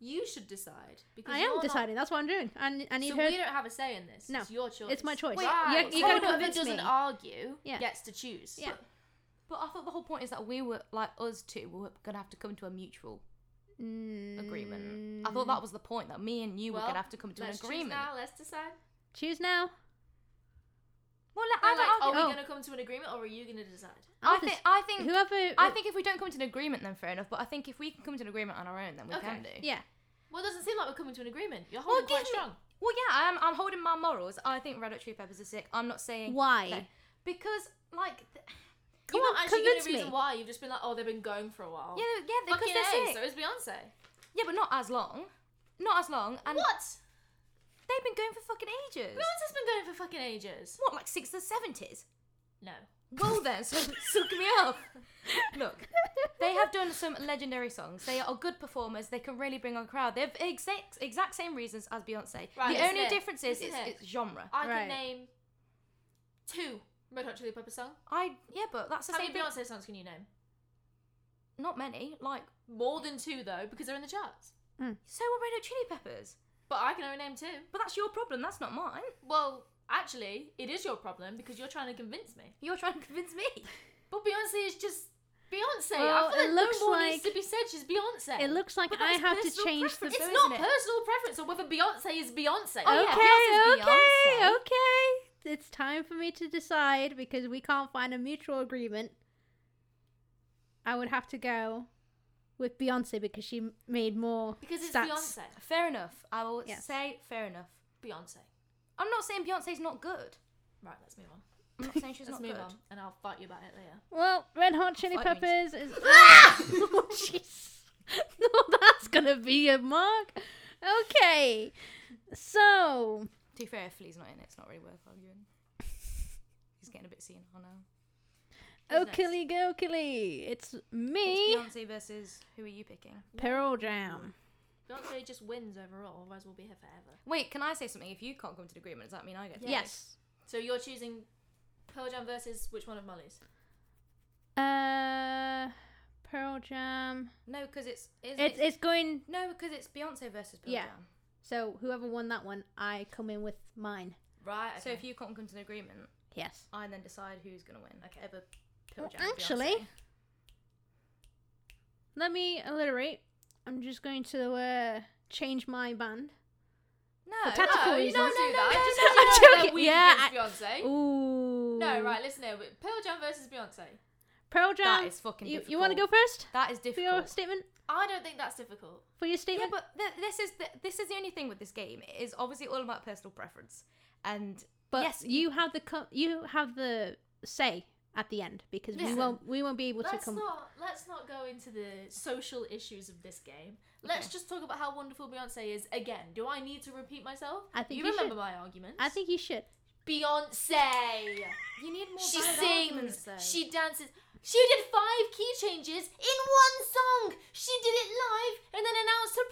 Speaker 4: You should decide because
Speaker 3: I
Speaker 4: you're
Speaker 3: am
Speaker 4: not-
Speaker 3: deciding. That's what I'm doing. I, I need
Speaker 4: so
Speaker 3: her.
Speaker 4: we don't have a say in this.
Speaker 3: No.
Speaker 4: it's your choice.
Speaker 3: It's my choice.
Speaker 4: Wait,
Speaker 3: Right. You- you gotta
Speaker 4: whoever
Speaker 3: convince
Speaker 4: doesn't
Speaker 3: me.
Speaker 4: argue
Speaker 3: Yeah.
Speaker 4: gets to choose.
Speaker 3: Yeah.
Speaker 2: But I thought the whole point is that we were like us two were gonna have to come to a mutual agreement. I thought that was the point that me and you
Speaker 4: Mm. Well,
Speaker 2: were gonna have to come to an
Speaker 4: let's choose
Speaker 2: agreement.
Speaker 4: now. Let's decide.
Speaker 3: Choose now.
Speaker 2: Well, let-
Speaker 4: I'm
Speaker 2: I
Speaker 4: like,
Speaker 2: don't
Speaker 4: are
Speaker 2: argue.
Speaker 4: we
Speaker 3: Oh.
Speaker 4: gonna come to an agreement or are you gonna decide?
Speaker 3: I'll
Speaker 2: I think
Speaker 3: just-
Speaker 2: I think
Speaker 3: Whoever.
Speaker 2: I think if we don't come to an agreement, then fair enough. But I think if we can come to an agreement on our own, then we
Speaker 4: Okay.
Speaker 2: can do.
Speaker 3: Yeah.
Speaker 4: Well, it doesn't seem like we're coming to an agreement. You're holding
Speaker 2: give
Speaker 4: quite
Speaker 2: me-
Speaker 4: strong.
Speaker 2: Well, yeah, I'm, I'm holding my morals. I think red hot chili peppers are sick. I'm not saying
Speaker 3: Why?
Speaker 2: that- because like th-
Speaker 3: Come
Speaker 4: You've
Speaker 3: on,
Speaker 4: not actually given
Speaker 3: convince
Speaker 4: a reason
Speaker 3: me.
Speaker 4: why. You've just been like, oh, they've been going for a while.
Speaker 2: yeah yeah because
Speaker 4: Fucking
Speaker 2: they're
Speaker 4: A,
Speaker 2: sick.
Speaker 4: So is Beyonce.
Speaker 2: Yeah, but not as long. Not as long. And
Speaker 4: what?
Speaker 2: They've been going for fucking ages.
Speaker 4: Beyonce's been going for fucking ages.
Speaker 2: What, like six or seventies?
Speaker 4: No.
Speaker 2: Well then, so suck me up. Look, they have done some legendary songs. They are good performers. They can really bring on a crowd. They have exact exact same reasons as Beyonce.
Speaker 4: Right,
Speaker 2: the
Speaker 4: listen
Speaker 2: only
Speaker 4: here.
Speaker 2: difference is
Speaker 4: Listen
Speaker 2: it's,
Speaker 4: here.
Speaker 2: it's genre.
Speaker 4: I
Speaker 3: Right.
Speaker 4: can name two Red Hot Chili Peppers songs.
Speaker 2: I yeah, but that's the
Speaker 4: How
Speaker 2: same.
Speaker 4: many
Speaker 2: thing.
Speaker 4: Beyonce songs can you name?
Speaker 2: Not many. Like
Speaker 4: More than two though, because they're in the charts.
Speaker 2: so were Red Hot Chili Peppers.
Speaker 4: But I can only name two.
Speaker 2: But that's your problem. That's not mine.
Speaker 4: Well, actually, it is your problem because you're trying to convince me.
Speaker 2: You're trying to convince me.
Speaker 4: But Beyonce is just Beyonce.
Speaker 3: Well,
Speaker 4: I feel
Speaker 3: it
Speaker 4: like
Speaker 3: looks
Speaker 4: no more
Speaker 3: like-
Speaker 4: needs to be said. She's Beyonce.
Speaker 3: It looks like
Speaker 2: But
Speaker 3: I
Speaker 2: that's
Speaker 3: have to
Speaker 2: personal
Speaker 3: change the.
Speaker 2: preference,
Speaker 4: It's
Speaker 2: though,
Speaker 4: not
Speaker 2: isn't it?
Speaker 4: personal preference or whether Beyonce is Beyonce.
Speaker 2: Oh, yeah.
Speaker 3: okay,
Speaker 2: Beyonce's
Speaker 3: okay,
Speaker 2: Beyonce.
Speaker 3: okay. It's time for me to decide because we can't find a mutual agreement. I would have to go with Beyonce because she m- made more
Speaker 4: Because it's
Speaker 3: stats.
Speaker 4: Beyonce.
Speaker 2: Fair enough. I will
Speaker 3: Yeah.
Speaker 2: say fair enough.
Speaker 4: Beyonce.
Speaker 2: I'm not saying Beyonce's not good.
Speaker 4: Right, let's move on.
Speaker 2: I'm not saying she's not
Speaker 4: let's move
Speaker 2: good.
Speaker 4: on, and I'll fight you about it later.
Speaker 3: Well, Red Hot Chili
Speaker 2: Fight me.
Speaker 3: Peppers is. Ah! Oh, jeez. No, that's gonna be a mark. Okay, so
Speaker 2: To be fair, if Lee's not in it, it's not really worth arguing. He's getting a bit senile now.
Speaker 4: Who's next?
Speaker 3: okily gokily, it's me,
Speaker 2: It's Beyonce versus who are you picking?
Speaker 3: Pearl Jam.
Speaker 4: Beyonce just wins overall, otherwise we'll be here forever.
Speaker 2: Wait, can I say something? If you can't come to an agreement, does that mean I get to?
Speaker 4: Yeah.
Speaker 3: Yes.
Speaker 4: So you're choosing Pearl Jam versus which one of Molly's?
Speaker 3: Uh, Pearl Jam.
Speaker 2: No, because it's, it's,
Speaker 3: It's it's going.
Speaker 2: no, because it's Beyonce versus Pearl
Speaker 3: Yeah.
Speaker 2: Jam.
Speaker 3: So whoever won that one, I come in with mine.
Speaker 4: Right.
Speaker 2: So if you can't come to an agreement,
Speaker 3: Yes.
Speaker 2: I then decide who's gonna win.
Speaker 4: Okay.
Speaker 2: Ever Pearl
Speaker 3: Well,
Speaker 2: Jam. or
Speaker 3: actually,
Speaker 2: Beyonce.
Speaker 3: let me alliterate. I'm just going to uh, change my band.
Speaker 2: no,
Speaker 3: for tactical
Speaker 4: no, you
Speaker 3: reasons.
Speaker 4: don't do that.
Speaker 3: no,
Speaker 4: just
Speaker 3: no,
Speaker 4: because
Speaker 3: no,
Speaker 4: you
Speaker 3: I'm
Speaker 4: know
Speaker 3: joking.
Speaker 4: that we
Speaker 3: Yeah,
Speaker 4: against Beyonce.
Speaker 3: Ooh.
Speaker 4: No, right. Listen here. we- Pearl Jam versus Beyonce.
Speaker 3: Pearl
Speaker 2: no,
Speaker 3: Jam.
Speaker 2: that is fucking.
Speaker 3: you you want to go
Speaker 2: difficult.
Speaker 3: first
Speaker 2: That is
Speaker 3: for your
Speaker 2: difficult.
Speaker 3: statement?
Speaker 4: I don't think that's difficult.
Speaker 3: For your
Speaker 2: Yeah,
Speaker 3: statement?
Speaker 2: but th- this is the, this is the only thing with this game. It is obviously all about personal preference, and
Speaker 3: but
Speaker 2: yes,
Speaker 3: you have the co- you have the say at the end because we
Speaker 4: Listen,
Speaker 3: won't we won't be able to
Speaker 4: Let's
Speaker 3: come.
Speaker 4: not let's not go into the social issues of this game. Let's
Speaker 2: Okay.
Speaker 4: just talk about how wonderful Beyonce is again. Do I need to repeat myself?
Speaker 3: I think
Speaker 4: you,
Speaker 3: you
Speaker 4: remember my arguments.
Speaker 3: I think you should.
Speaker 4: Beyonce.
Speaker 2: you need more.
Speaker 4: she
Speaker 2: valid arguments,
Speaker 4: sings.
Speaker 2: though.
Speaker 4: She dances. She did five key changes in one song. She did it live and then announced her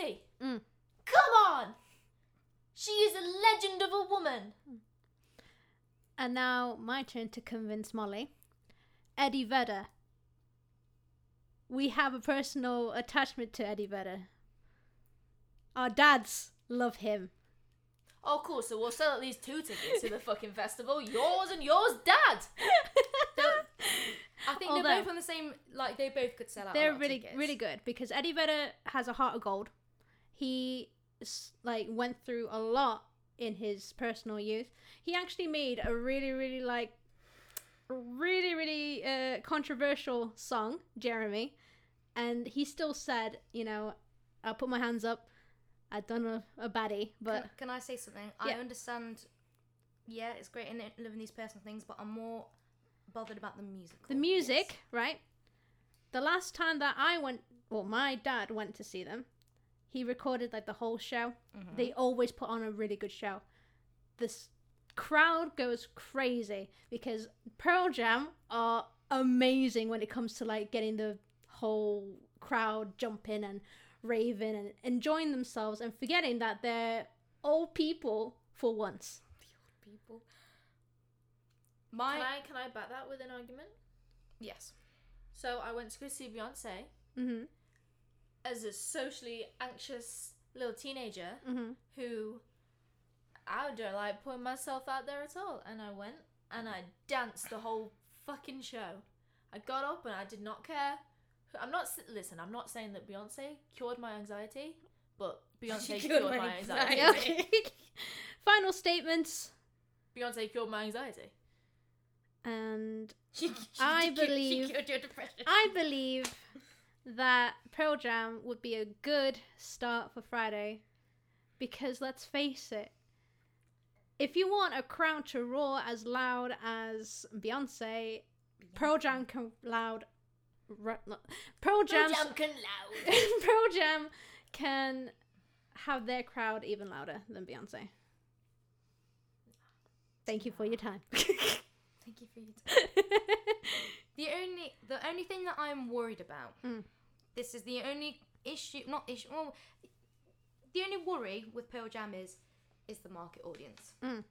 Speaker 4: pregnancy.
Speaker 3: Mm.
Speaker 4: Come on. She is a legend of a woman.
Speaker 3: And now my turn to convince Molly. Eddie Vedder. We have a personal attachment to Eddie Vedder. Our dads love him.
Speaker 4: Oh, cool. So we'll sell at least two tickets to the fucking festival. Yours and yours, Dad.
Speaker 2: I think
Speaker 3: Although-
Speaker 2: they're both on the same. Like they both could sell out. a
Speaker 3: They're
Speaker 2: lot of
Speaker 3: really,
Speaker 2: tickets.
Speaker 3: really good because Eddie Vedder has a heart of gold. He s- like went through a lot in his personal youth. He actually made a really, really like, really, really uh, controversial song, Jeremy, and he still said, you know, I put my hands up. I done a, a baddie, but
Speaker 2: Can, can I say something?
Speaker 3: Yeah.
Speaker 2: I understand. Yeah, it's great in living these personal things, but I'm more bothered about the musical.
Speaker 3: the music, right? The last time that I went, well, my dad went to see them. He recorded like the whole show. They always put on a really good show. This crowd goes crazy because Pearl Jam are amazing when it comes to like getting the whole crowd jumping and raving and enjoying themselves and forgetting that they're old people for once.
Speaker 2: people. My
Speaker 4: Can I can I back that with an argument?
Speaker 2: yes.
Speaker 4: So I went to go see Beyonce
Speaker 3: Mm-hmm.
Speaker 4: as a socially anxious little teenager
Speaker 3: Mm-hmm.
Speaker 4: who I don't like putting myself out there at all. And I went and I danced the whole fucking show. I got up and I did not care. I'm not s- listen. I'm not saying that Beyonce cured my anxiety, but Beyonce cured, my, anxiety.
Speaker 3: Okay. Final statements.
Speaker 4: Beyonce cured my anxiety.
Speaker 3: and I believe
Speaker 5: Your depression.
Speaker 3: I believe that Pearl Jam would be a good start for Friday because let's face it, if you want a crowd to roar as loud as Beyonce, Pearl Jam can loud. Ru- no, Pearl Jam. Pearl Jam can have their crowd even louder than Beyonce. Thank you for your time.
Speaker 2: Thank you for your time. the only the only thing that I'm worried about.
Speaker 3: Mm.
Speaker 2: This is the only issue, not issue. Well, the only worry with Pearl Jam is is the market audience.
Speaker 3: Mm.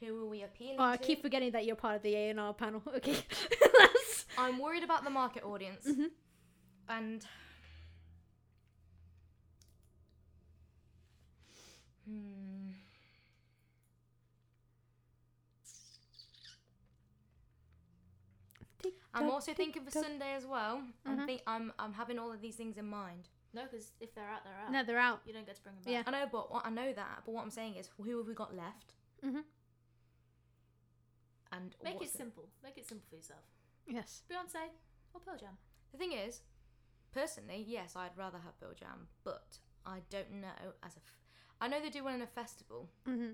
Speaker 2: Who are we appealing
Speaker 3: oh, I
Speaker 2: to?
Speaker 3: keep forgetting that you're part of the A and R panel. Okay, That's-
Speaker 2: I'm worried about the market audience.
Speaker 3: Mhm.
Speaker 2: And. Hmm. I'm also thinking for Sunday as well. I'm,
Speaker 3: Mhm.
Speaker 2: think, I'm I'm having all of these things in mind.
Speaker 4: No, because if they're out, they're out.
Speaker 3: no, they're out.
Speaker 4: You don't get to bring them back.
Speaker 3: Yeah.
Speaker 2: I know, but what, I know that. But what I'm saying is, who have we got left?
Speaker 3: hmm
Speaker 2: And
Speaker 4: Make
Speaker 2: what's
Speaker 4: it simple. Make it simple for yourself.
Speaker 3: Yes.
Speaker 4: Beyonce or Pearl Jam.
Speaker 2: The thing is, personally, yes, I'd rather have Bill Jam, but I don't know as a. F- I know they do one in a festival,
Speaker 3: hmm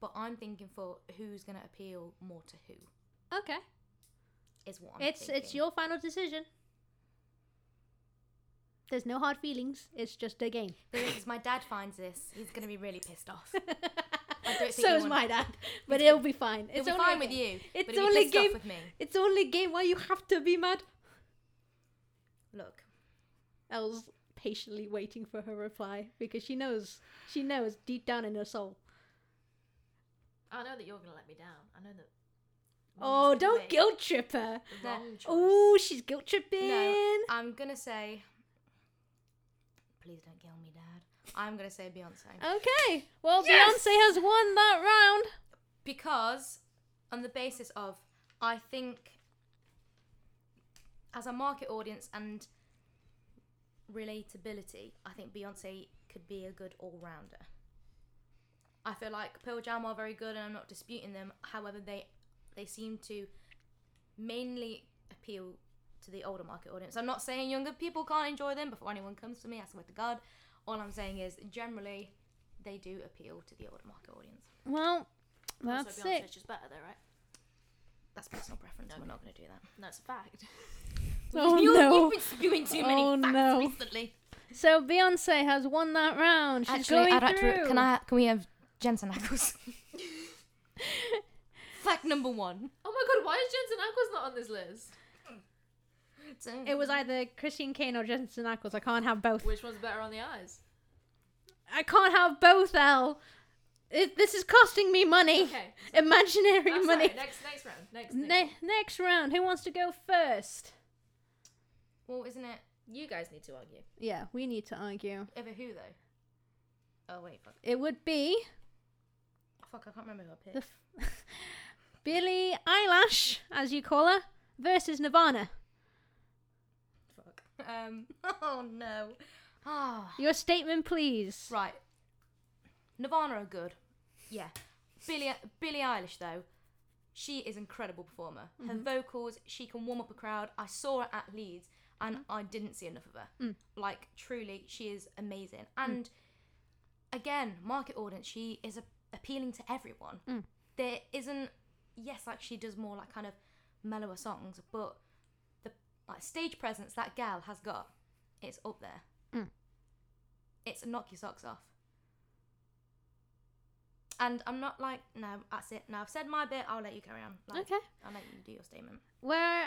Speaker 2: but I'm thinking for who's going to appeal more to who
Speaker 3: Okay.
Speaker 2: is what I'm
Speaker 3: it's
Speaker 2: thinking.
Speaker 3: it's your final decision. There's no hard feelings. It's just a game.
Speaker 2: There is- my dad finds this, he's going to be really pissed off. don't think
Speaker 3: so
Speaker 2: you
Speaker 3: is
Speaker 2: wanna-
Speaker 3: my dad, but it'll be fine.
Speaker 2: He'll
Speaker 3: It's
Speaker 2: be
Speaker 3: only
Speaker 2: fine
Speaker 3: a
Speaker 2: with
Speaker 3: game.
Speaker 2: you,
Speaker 3: It's
Speaker 2: but he'll be
Speaker 3: only
Speaker 2: pissed
Speaker 3: game-
Speaker 2: off with me.
Speaker 3: It's only a game. Why you have to be mad?
Speaker 2: Look,
Speaker 3: Elle's patiently waiting for her reply because she knows she knows deep down in her soul.
Speaker 4: I know that you're gonna let me down. I know that.
Speaker 3: Oh,
Speaker 4: Molly's gonna
Speaker 3: don't
Speaker 4: make
Speaker 3: guilt trip her.
Speaker 4: The wrong choice.
Speaker 3: Oh, she's guilt tripping.
Speaker 2: no, I'm going to say. Please don't kill me, Dad. I'm going to say Beyonce.
Speaker 3: Okay. Well, Beyonce has won that round.
Speaker 2: because on the basis of i think as a market audience and relatability i think beyonce could be a good all-rounder i feel like pearl jam are very good and i'm not disputing them however they they seem to mainly appeal to the older market audience i'm not saying younger people can't enjoy them before anyone comes to me i swear to god all i'm saying is generally they do appeal to the older market audience
Speaker 3: Well,
Speaker 4: Also,
Speaker 3: that's
Speaker 4: Beyonce's
Speaker 3: it.
Speaker 4: just better though, right?
Speaker 2: That's personal preference. We're not going to do that.
Speaker 4: That's a fact.
Speaker 3: Oh
Speaker 2: you,
Speaker 3: no.
Speaker 2: You've been spewing too many
Speaker 3: Oh,
Speaker 2: facts
Speaker 3: no.
Speaker 2: recently.
Speaker 3: So Beyonce has won that round. She's going through.
Speaker 2: can I? Can we have Jensen Ackles? Fact number one.
Speaker 4: Oh my god, why is Jensen Ackles not on this list?
Speaker 3: It was either Christine Kane or Jensen Ackles. I can't have both.
Speaker 4: Which one's better on the eyes?
Speaker 3: I can't have both, Elle. It, this is costing me money.
Speaker 4: Okay.
Speaker 3: Imaginary
Speaker 4: I'm
Speaker 3: money.
Speaker 4: sorry. Next, next round. Next. next
Speaker 3: Ne- next round. Who wants to go first?
Speaker 2: well, isn't it
Speaker 4: You guys need to argue.
Speaker 3: Yeah, we need to argue.
Speaker 2: over who though? Oh wait, fuck.
Speaker 3: It would be
Speaker 2: Fuck, I can't remember who I picked.
Speaker 3: the f- Billie Eyelash, as you call her, versus Nirvana.
Speaker 2: fuck. Um. Oh no. Ah.
Speaker 3: Your statement, please.
Speaker 2: Right. Nirvana are good. Yeah. Billie, Billie Eilish though, she is an incredible performer. Her vocals, she can warm up a crowd. I saw her at Leeds and I didn't see enough of her.
Speaker 3: Mm.
Speaker 2: Like truly, she is amazing. And again, market audience, she is a- appealing to everyone.
Speaker 3: Mm.
Speaker 2: There isn't yes, like she does more like kind of mellower songs, but the like stage presence that gal has got, it's up there.
Speaker 3: Mm.
Speaker 2: It's knock your socks off. And I'm not like no, that's it. Now I've said my bit. I'll let you carry on. Like,
Speaker 3: Okay.
Speaker 2: I'll let you do your statement.
Speaker 3: Where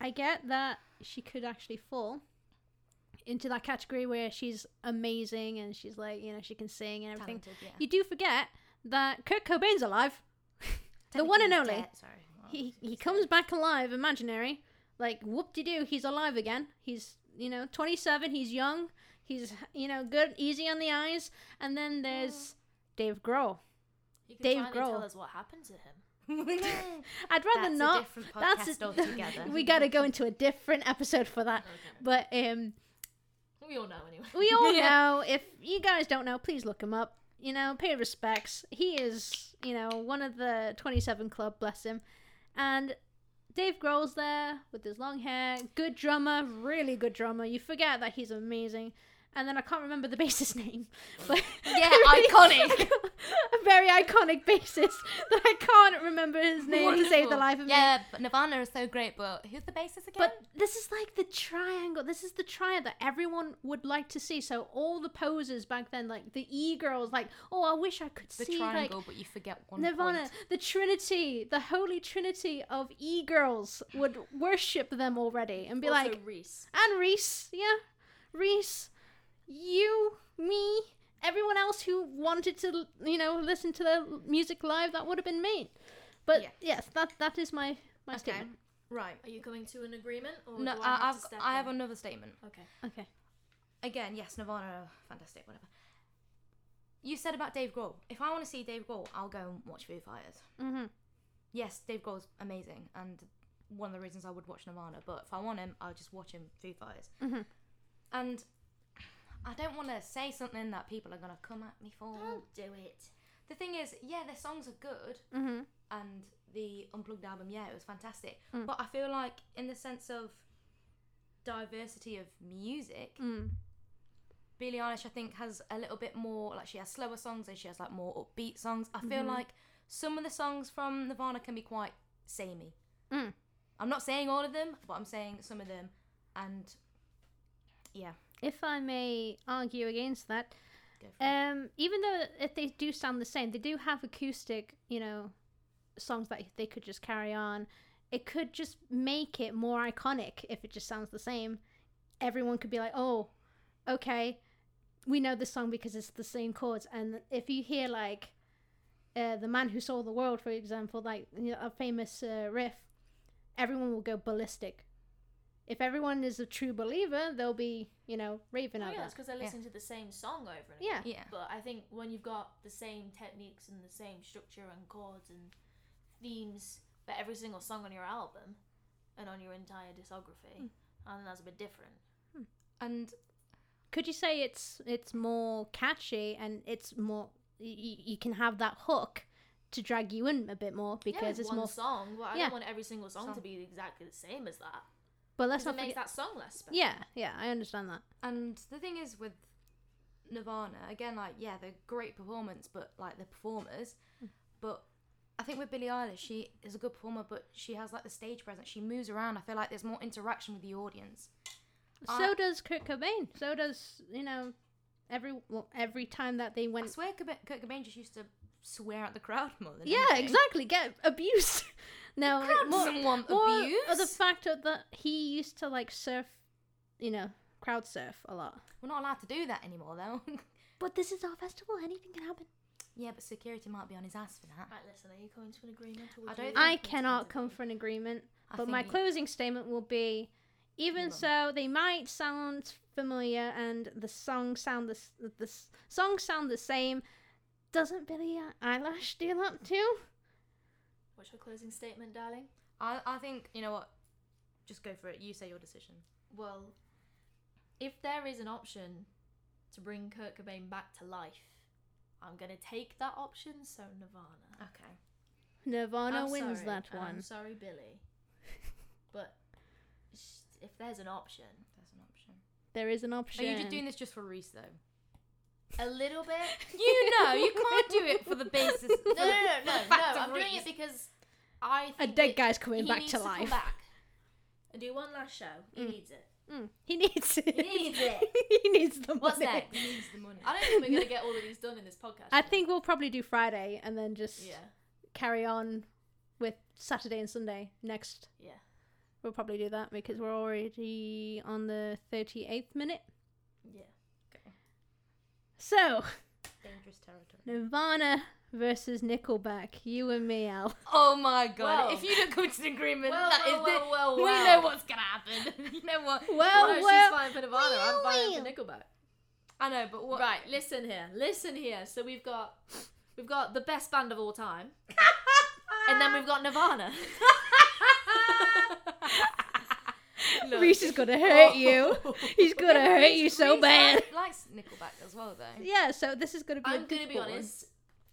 Speaker 3: I get that she could actually fall into that category where she's amazing and she's like, you know, she can sing and everything.
Speaker 2: Talented, yeah.
Speaker 3: You do forget that Kurt Cobain's alive. the one and
Speaker 2: Technically
Speaker 3: only.
Speaker 2: dead, Sorry.
Speaker 3: he he comes back alive, imaginary. Like whoop de doo, he's alive again. He's you know 27. He's young. He's you know good, easy on the eyes. And then
Speaker 2: Oh.
Speaker 3: there's Dave Grohl.
Speaker 4: You can
Speaker 3: Dave
Speaker 4: finally
Speaker 3: Grohl.
Speaker 4: tell us what happened to him.
Speaker 3: I'd rather
Speaker 2: That's a
Speaker 3: not.
Speaker 2: different
Speaker 3: That's
Speaker 2: podcast altogether.
Speaker 3: we got to go into a different episode for that. But um,
Speaker 4: We all know anyway.
Speaker 3: we all know. If you guys don't know, please look him up. You know, pay respects. He is, you know, one of the 27 club, bless him. And Dave Grohl's there with his long hair. Good drummer, really good drummer. You forget that he's amazing. And then I can't remember the bassist name, but
Speaker 2: Yeah, iconic.
Speaker 3: a very iconic bassist that I can't remember his name to save the
Speaker 2: Wonderful.
Speaker 3: life of me.
Speaker 2: Yeah, but Nirvana is so great, but who's the bassist again?
Speaker 3: But this is like the triangle. This is the triad that everyone would like to see. So all the posers back then, like the e girls, like oh, I wish I could
Speaker 2: the
Speaker 3: see like
Speaker 2: triangle, but you forget one
Speaker 3: Nirvana,
Speaker 2: point.
Speaker 3: the Trinity, the holy Trinity of e girls would worship them already and be like,
Speaker 4: Reese.
Speaker 3: and Reese, yeah, Reese, you, me, everyone else who wanted to, you know, listen to their music live, that would have been me. But
Speaker 2: Yeah.
Speaker 3: yes, that that is my my
Speaker 2: Okay.
Speaker 3: statement.
Speaker 2: Right.
Speaker 6: Are you coming to an agreement? Or
Speaker 2: No,
Speaker 6: do I,
Speaker 2: I,
Speaker 6: have,
Speaker 2: I've,
Speaker 6: to step
Speaker 2: I have
Speaker 6: in?
Speaker 2: another statement.
Speaker 6: Okay.
Speaker 3: Okay.
Speaker 2: Again, yes, Nirvana, are fantastic, whatever. You said about Dave Grohl. If I want to see Dave Grohl, I'll go and watch Foo Fighters.
Speaker 3: Mm-hmm.
Speaker 2: Yes, Dave Grohl's amazing, and one of the reasons I would watch Nirvana. But if I want him, I'll just watch him Foo Fighters.
Speaker 3: Mhm.
Speaker 2: And I don't want to say something that people are gonna come at me for.
Speaker 4: Don't do it.
Speaker 2: The thing is, yeah, their songs are good,
Speaker 3: Mm-hmm.
Speaker 2: and the unplugged album yeah it was fantastic but i feel like in the sense of diversity of music
Speaker 3: Mm.
Speaker 2: billie eilish i think has a little bit more like she has slower songs and she has like more upbeat songs i feel like some of the songs from nirvana can be quite samey
Speaker 3: Mm.
Speaker 2: i'm not saying all of them but i'm saying some of them and yeah
Speaker 3: If I may argue against that,
Speaker 2: go for it.
Speaker 3: um, even though if they do sound the same, they do have acoustic, you know, songs that they could just carry on. It could just make it more iconic if it just sounds the same. Everyone could be like, "Oh, okay, we know this song because it's the same chords." And if you hear like uh, "The Man Who Saw the World," for example, like you know, a famous uh, riff, everyone will go ballistic. If everyone is a true believer, they'll be, you know, raving out
Speaker 4: Well, Oh, yeah,
Speaker 3: there.
Speaker 4: it's because they're
Speaker 2: Yeah.
Speaker 4: listening to the same song over and
Speaker 3: Yeah.
Speaker 2: yeah
Speaker 4: But I think when you've got the same techniques and the same structure and chords and themes for every single song on your album and on your entire discography,
Speaker 3: Hmm.
Speaker 4: I think that's a bit different.
Speaker 2: and
Speaker 3: could you say it's it's more catchy and it's more you, you can have that hook to drag you in a bit more
Speaker 4: Yeah,
Speaker 3: because
Speaker 4: with
Speaker 3: it's
Speaker 4: one
Speaker 3: more
Speaker 4: song, but I
Speaker 3: Yeah.
Speaker 4: don't want every single song,
Speaker 2: Song.
Speaker 4: to be exactly the same as that.
Speaker 3: but let's
Speaker 4: Because it
Speaker 3: not
Speaker 4: makes
Speaker 3: forget
Speaker 4: that song less special.
Speaker 3: yeah yeah i understand that
Speaker 2: And the thing is with Nirvana, again, like, yeah, they're great performance, but like the performers. But I think with Billie Eilish, she is a good performer, but she has like the stage presence. She moves around. I feel like there's more interaction with the audience.
Speaker 3: so
Speaker 4: Uh,
Speaker 2: I-
Speaker 3: does kurt cobain so does you know every well, every time that they
Speaker 2: I
Speaker 3: went
Speaker 2: swear Kurt Kurt Cobain just used to swear at the crowd more than
Speaker 3: yeah
Speaker 4: eh?
Speaker 2: anything.
Speaker 3: exactly get abused no like,
Speaker 2: Crowd
Speaker 3: more,
Speaker 2: doesn't want
Speaker 3: more
Speaker 2: abuse.
Speaker 3: of the fact of that he used to like surf you know crowd surf a lot
Speaker 2: We're not allowed to do that anymore, though.
Speaker 3: but this is our festival anything can happen
Speaker 2: yeah, but security might be on his ass for that.
Speaker 4: Right, listen, are you coming to an agreement? Or
Speaker 2: I
Speaker 4: would
Speaker 2: don't
Speaker 4: you-
Speaker 2: think-
Speaker 3: I cannot come for an agreement,
Speaker 2: I
Speaker 3: but
Speaker 2: think
Speaker 3: my
Speaker 2: you-
Speaker 3: closing statement will be even so they might sound familiar and the song sound the, s- the s- song sound the same doesn't Billie Eyelash do that too?
Speaker 4: What's your closing statement, darling?
Speaker 2: I, I think, you know what? Just go for it. You say your decision.
Speaker 4: Well, if there is an option to bring Kurt Cobain back to life, I'm gonna take that option. So Nirvana.
Speaker 2: Okay.
Speaker 3: Nirvana
Speaker 4: I'm
Speaker 3: Oh, wins
Speaker 4: sorry,
Speaker 3: that
Speaker 4: and I'm
Speaker 3: one.
Speaker 4: sorry, Billy, but sh- if there's an option,
Speaker 2: That's an option.
Speaker 3: There is an option.
Speaker 2: Are you just doing this just for Reese, though?
Speaker 4: a little bit.
Speaker 2: You know, you can't do it for the basis.
Speaker 4: no, no, no, no, no.
Speaker 2: fact of
Speaker 4: I'm doing
Speaker 2: Reese.
Speaker 4: it because I
Speaker 3: a
Speaker 4: think
Speaker 3: dead
Speaker 4: that
Speaker 3: guy's coming
Speaker 4: he
Speaker 3: back
Speaker 4: needs
Speaker 3: to
Speaker 4: come
Speaker 3: life.
Speaker 4: back and do one last show. He needs it.
Speaker 3: Mm, he needs it.
Speaker 4: He needs it.
Speaker 3: he needs the money.
Speaker 4: What's next?
Speaker 2: the money.
Speaker 4: I don't think we're gonna get all that he's done in this podcast.
Speaker 3: I think we'll probably do Friday and then just
Speaker 4: Yeah,
Speaker 3: carry on with Saturday and Sunday next
Speaker 4: yeah.
Speaker 3: We'll probably do that because we're already on the 38th minute.
Speaker 4: Yeah.
Speaker 3: So,
Speaker 2: Dangerous territory.
Speaker 3: Nirvana versus Nickelback. You and me, Al.
Speaker 2: Oh my god!
Speaker 4: Well.
Speaker 2: if you don't come to an agreement,
Speaker 4: Well,
Speaker 2: that is
Speaker 4: well, well, well,
Speaker 2: the,
Speaker 4: well.
Speaker 2: we know what's gonna happen. you know what?
Speaker 4: Oh,
Speaker 3: Well,
Speaker 4: no,
Speaker 3: well,
Speaker 4: she's fine for Nirvana. I'm fine for Nickelback.
Speaker 2: I know, but what?
Speaker 4: Right, listen here, listen here. So we've got we've got the best band of all time, and then we've got Nirvana.
Speaker 2: Look,
Speaker 3: Reese is gonna hurt you.
Speaker 4: Oh.
Speaker 3: He's gonna hurt you
Speaker 2: Reese-
Speaker 3: so
Speaker 2: Reese
Speaker 3: bad.
Speaker 2: li- uh, likes Nickelback as well, though.
Speaker 3: Yeah, so this is gonna be. a
Speaker 4: I'm gonna be
Speaker 3: difficult one.
Speaker 4: honest.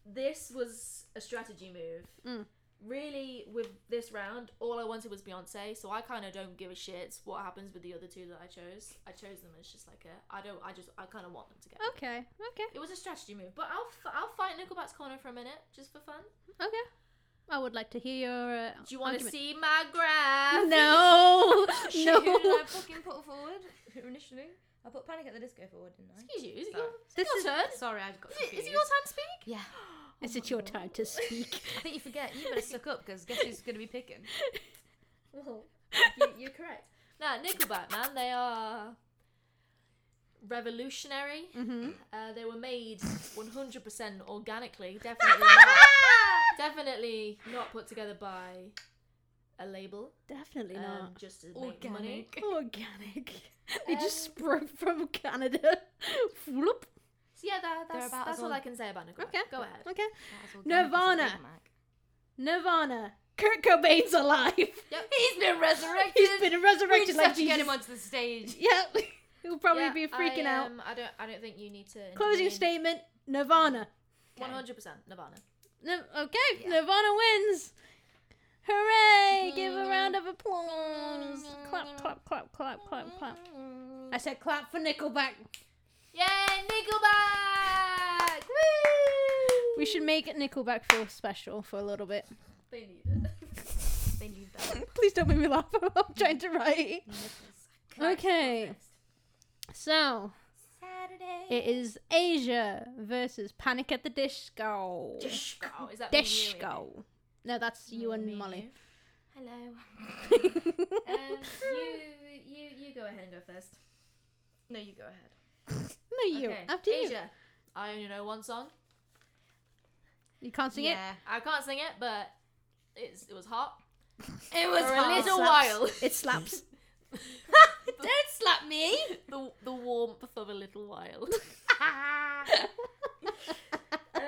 Speaker 4: This was a strategy move.
Speaker 3: Mm.
Speaker 4: really, with this round, all I wanted was Beyonce, so I kind of don't give a shit what happens with the other two that I chose. I chose them as just like a, I don't, I just, I kind of want them together.
Speaker 3: Okay, okay,
Speaker 4: It was a strategy move, but I'll, f- I'll fight Nickelback's corner for a minute, just for fun.
Speaker 3: okay. I would like to hear your. Uh,
Speaker 4: Do you want to
Speaker 3: argument.
Speaker 4: see my graph?
Speaker 3: No,
Speaker 2: Who did
Speaker 3: no.
Speaker 2: I fucking put forward initially? I put Panic at the Disco forward, didn't I?
Speaker 4: Excuse you, is it
Speaker 2: Sorry.
Speaker 4: your, is
Speaker 3: This
Speaker 4: it your
Speaker 3: is-
Speaker 4: turn?
Speaker 2: Sorry, I got
Speaker 4: Is it-
Speaker 2: confused.
Speaker 4: Is it your time to speak?
Speaker 2: Yeah.
Speaker 3: Is it your time to speak?
Speaker 2: I think you forget. You better suck up because guess who's going to be picking?
Speaker 4: Well, you, you're correct. Now, Nickelback, man, they are revolutionary.
Speaker 3: mm-hmm.
Speaker 4: Uh, they were made 100% organically. Definitely not, definitely not put together by a label.
Speaker 3: Definitely
Speaker 4: Um,
Speaker 3: not
Speaker 4: just to make money.
Speaker 3: organic. They just sprung from Canada. Whoop.
Speaker 4: So yeah, that,
Speaker 2: They're
Speaker 4: that's,
Speaker 2: about
Speaker 4: that's
Speaker 2: as
Speaker 4: all
Speaker 2: on-
Speaker 4: I can say about Nickelback.
Speaker 3: Okay.
Speaker 4: Go ahead.
Speaker 3: Okay.
Speaker 2: That is organic as a
Speaker 3: Nirvana.
Speaker 2: Big Mac.
Speaker 3: Nirvana. Kurt Cobain's alive.
Speaker 4: Yep.
Speaker 2: He's been resurrected.
Speaker 3: He's been
Speaker 2: we
Speaker 3: resurrected
Speaker 2: just
Speaker 3: like
Speaker 2: have to get
Speaker 3: Jesus.
Speaker 2: him onto the stage.
Speaker 3: Yeah, he'll probably
Speaker 4: Yeah,
Speaker 3: be freaking
Speaker 4: I,
Speaker 3: out.
Speaker 4: um, I don't. I don't think you need to.
Speaker 3: Closing
Speaker 4: intervene.
Speaker 3: statement: Nirvana.
Speaker 4: One hundred percent Nirvana.
Speaker 3: No, okay, Nirvana wins. Hooray! Give a round of applause. Clap, clap, clap, clap, clap, clap. I said clap for Nickelback.
Speaker 4: Yeah,
Speaker 3: Ah,
Speaker 4: Nickelback. Woo!
Speaker 3: We should make Nickelback feel special for a little bit.
Speaker 4: They need it.
Speaker 2: They need that.
Speaker 3: Please don't make me laugh. I'm trying to write. Okay, so
Speaker 2: Saturday.
Speaker 3: it is Asia versus Panic at the Disco.
Speaker 4: Dishko. Oh, Is that me and you, Amy?
Speaker 3: Disco. No, that's you
Speaker 4: Me
Speaker 3: and Molly.
Speaker 4: you.
Speaker 2: Hello.
Speaker 4: Um, you, you, you go ahead and go first.
Speaker 2: No, you go ahead.
Speaker 3: No, you.
Speaker 4: Okay.
Speaker 3: After you.
Speaker 4: Asia. I only know one song.
Speaker 3: You can't sing it.
Speaker 2: yeah.
Speaker 4: I can't sing it, but it's, it was hot
Speaker 2: It was
Speaker 4: for a
Speaker 2: hard.
Speaker 4: little
Speaker 3: Slaps.
Speaker 4: while.
Speaker 3: It slaps.
Speaker 2: Don't slap me.
Speaker 4: the, the warmth of a little while. um,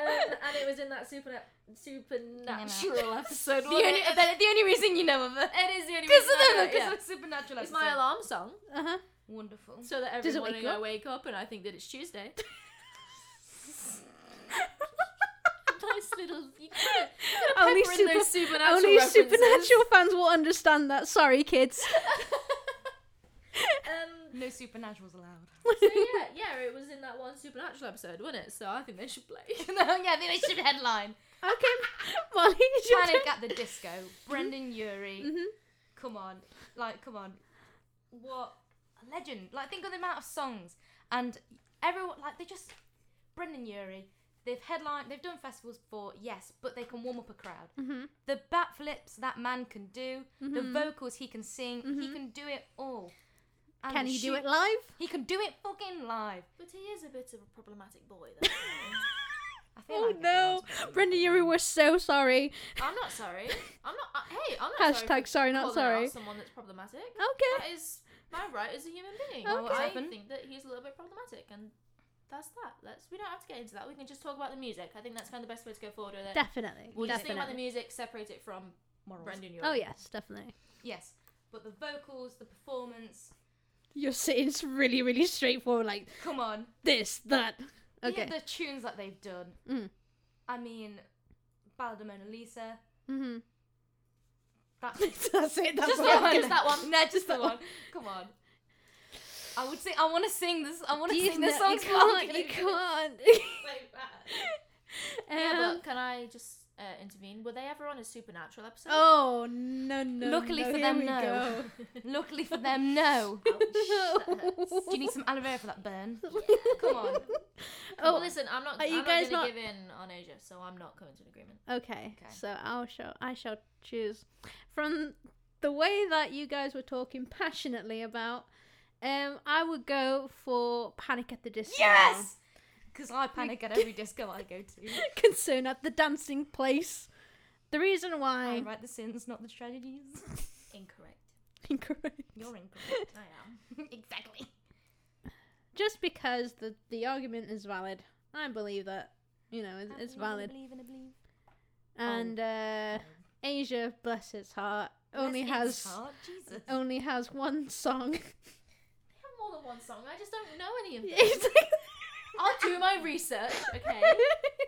Speaker 4: and it was in that super, supernatural episode.
Speaker 2: The
Speaker 4: wasn't
Speaker 2: only,
Speaker 4: it?
Speaker 2: the only reason you know of her.
Speaker 4: it is the only
Speaker 2: Because
Speaker 4: reason I know
Speaker 2: of
Speaker 4: it,
Speaker 2: the
Speaker 4: yeah.
Speaker 2: supernatural.
Speaker 4: It's my alarm song,
Speaker 3: Uh huh.
Speaker 2: Wonderful.
Speaker 4: so that
Speaker 3: Does
Speaker 4: every
Speaker 3: it
Speaker 4: morning
Speaker 3: wake you
Speaker 4: I wake up and I think that it's Tuesday. nice little. You gotta, you gotta
Speaker 3: Only
Speaker 4: pepper in those supernatural
Speaker 3: Only
Speaker 4: references.
Speaker 3: supernatural fans will understand that. Sorry, kids.
Speaker 4: um,
Speaker 2: No supernaturals allowed.
Speaker 4: so yeah, yeah, it was in that one supernatural episode, wasn't it? So I think they should play.
Speaker 2: no, yeah, I think they should headline.
Speaker 3: Okay, Molly, it's your
Speaker 2: Panic
Speaker 3: turn. Mm-hmm.
Speaker 2: at the Disco. Brendan Urie.
Speaker 3: Mm.
Speaker 2: Come on, like, come on. What a legend! Like, think of the amount of songs and everyone. Like, they just Brendan Urie. They've headlined. They've done festivals before, yes, but they can warm up a crowd.
Speaker 3: Mm-hmm.
Speaker 2: The bat flips that man can do. The vocals he can sing. He can do it all. And
Speaker 3: Mm-hmm. Can
Speaker 2: the
Speaker 3: you do
Speaker 2: shoot-
Speaker 3: it live?
Speaker 2: He can do it fucking live.
Speaker 4: But he is a bit of a problematic boy. Though.
Speaker 2: I feel
Speaker 3: Oh
Speaker 2: like
Speaker 3: no, Brenda Yuri, we're so sorry.
Speaker 4: I'm not sorry. I'm not. Uh, hey, I'm not sorry.
Speaker 3: Hashtag sorry,
Speaker 4: for
Speaker 3: not
Speaker 4: calling out
Speaker 3: sorry.
Speaker 4: Someone that's problematic.
Speaker 3: Okay.
Speaker 4: That is my right as a human being.
Speaker 2: Oh,
Speaker 3: Okay.
Speaker 4: I
Speaker 2: Happen.
Speaker 4: think that he's a little bit problematic, and that's that. Let's. We don't have to get into that. We can just talk about the music. I think that's kind of the best way to go forward with it.
Speaker 3: Definitely.
Speaker 4: We'll just think about the
Speaker 3: definitely.
Speaker 4: music, separate it from
Speaker 2: morals.
Speaker 4: Brendan. Urie.
Speaker 3: Oh yes, definitely.
Speaker 2: Yes, but the vocals, the performance.
Speaker 3: You're sitting s- really, really straightforward, like
Speaker 2: Come on.
Speaker 3: this, that.
Speaker 2: Okay.
Speaker 3: Okay.
Speaker 2: the tunes that they've done.
Speaker 3: Mm.
Speaker 2: I mean, Ballad of Mona Lisa.
Speaker 3: Mm-hmm.
Speaker 2: That's
Speaker 3: That's it. That's
Speaker 2: just
Speaker 3: all
Speaker 2: that
Speaker 3: I'm
Speaker 2: one.
Speaker 3: gonna-
Speaker 2: Just that one. No, just the one. Come on. I would sing. I want to sing this. I want to
Speaker 3: You
Speaker 2: sing this
Speaker 3: know-
Speaker 2: song. but I'm
Speaker 3: You can't. e- You
Speaker 2: gonna-
Speaker 3: can't.
Speaker 4: Yeah,
Speaker 3: Um,
Speaker 4: but can I just uh, intervene? Were they ever on a supernatural episode?
Speaker 3: Oh no no.
Speaker 2: Luckily
Speaker 3: no,
Speaker 2: for
Speaker 3: here
Speaker 2: them,
Speaker 3: we
Speaker 2: no.
Speaker 3: go.
Speaker 2: Luckily for them, no.
Speaker 3: No.
Speaker 2: Do you need some aloe vera for that burn? Come on.
Speaker 4: Oh, well, listen, I'm not.
Speaker 3: Are you
Speaker 4: I'm
Speaker 3: guys
Speaker 4: not
Speaker 3: not-
Speaker 4: going to give in on Asia, so I'm not coming to an agreement.
Speaker 3: Okay,
Speaker 2: Okay.
Speaker 3: so I'll show. I shall choose from the way that you guys were talking passionately about. Um, I would go for Panic at the Disco.
Speaker 2: Yes. Because I panic at every disco I go to.
Speaker 3: Concern at the dancing place. The reason
Speaker 2: I
Speaker 3: why
Speaker 2: write the sins, not the tragedies.
Speaker 4: Incorrect.
Speaker 3: incorrect,
Speaker 2: You're incorrect.
Speaker 4: I am.
Speaker 2: exactly.
Speaker 3: just because the the argument is valid. I believe that you know it, it's valid.
Speaker 2: Believe in a believe.
Speaker 3: And uh, Asia, bless its heart, only
Speaker 2: Bless its
Speaker 3: has
Speaker 2: heart, Jesus.
Speaker 3: only has one song.
Speaker 4: I have more than one song. I just don't know any of them.
Speaker 3: It's like-
Speaker 4: I'll do my research, okay?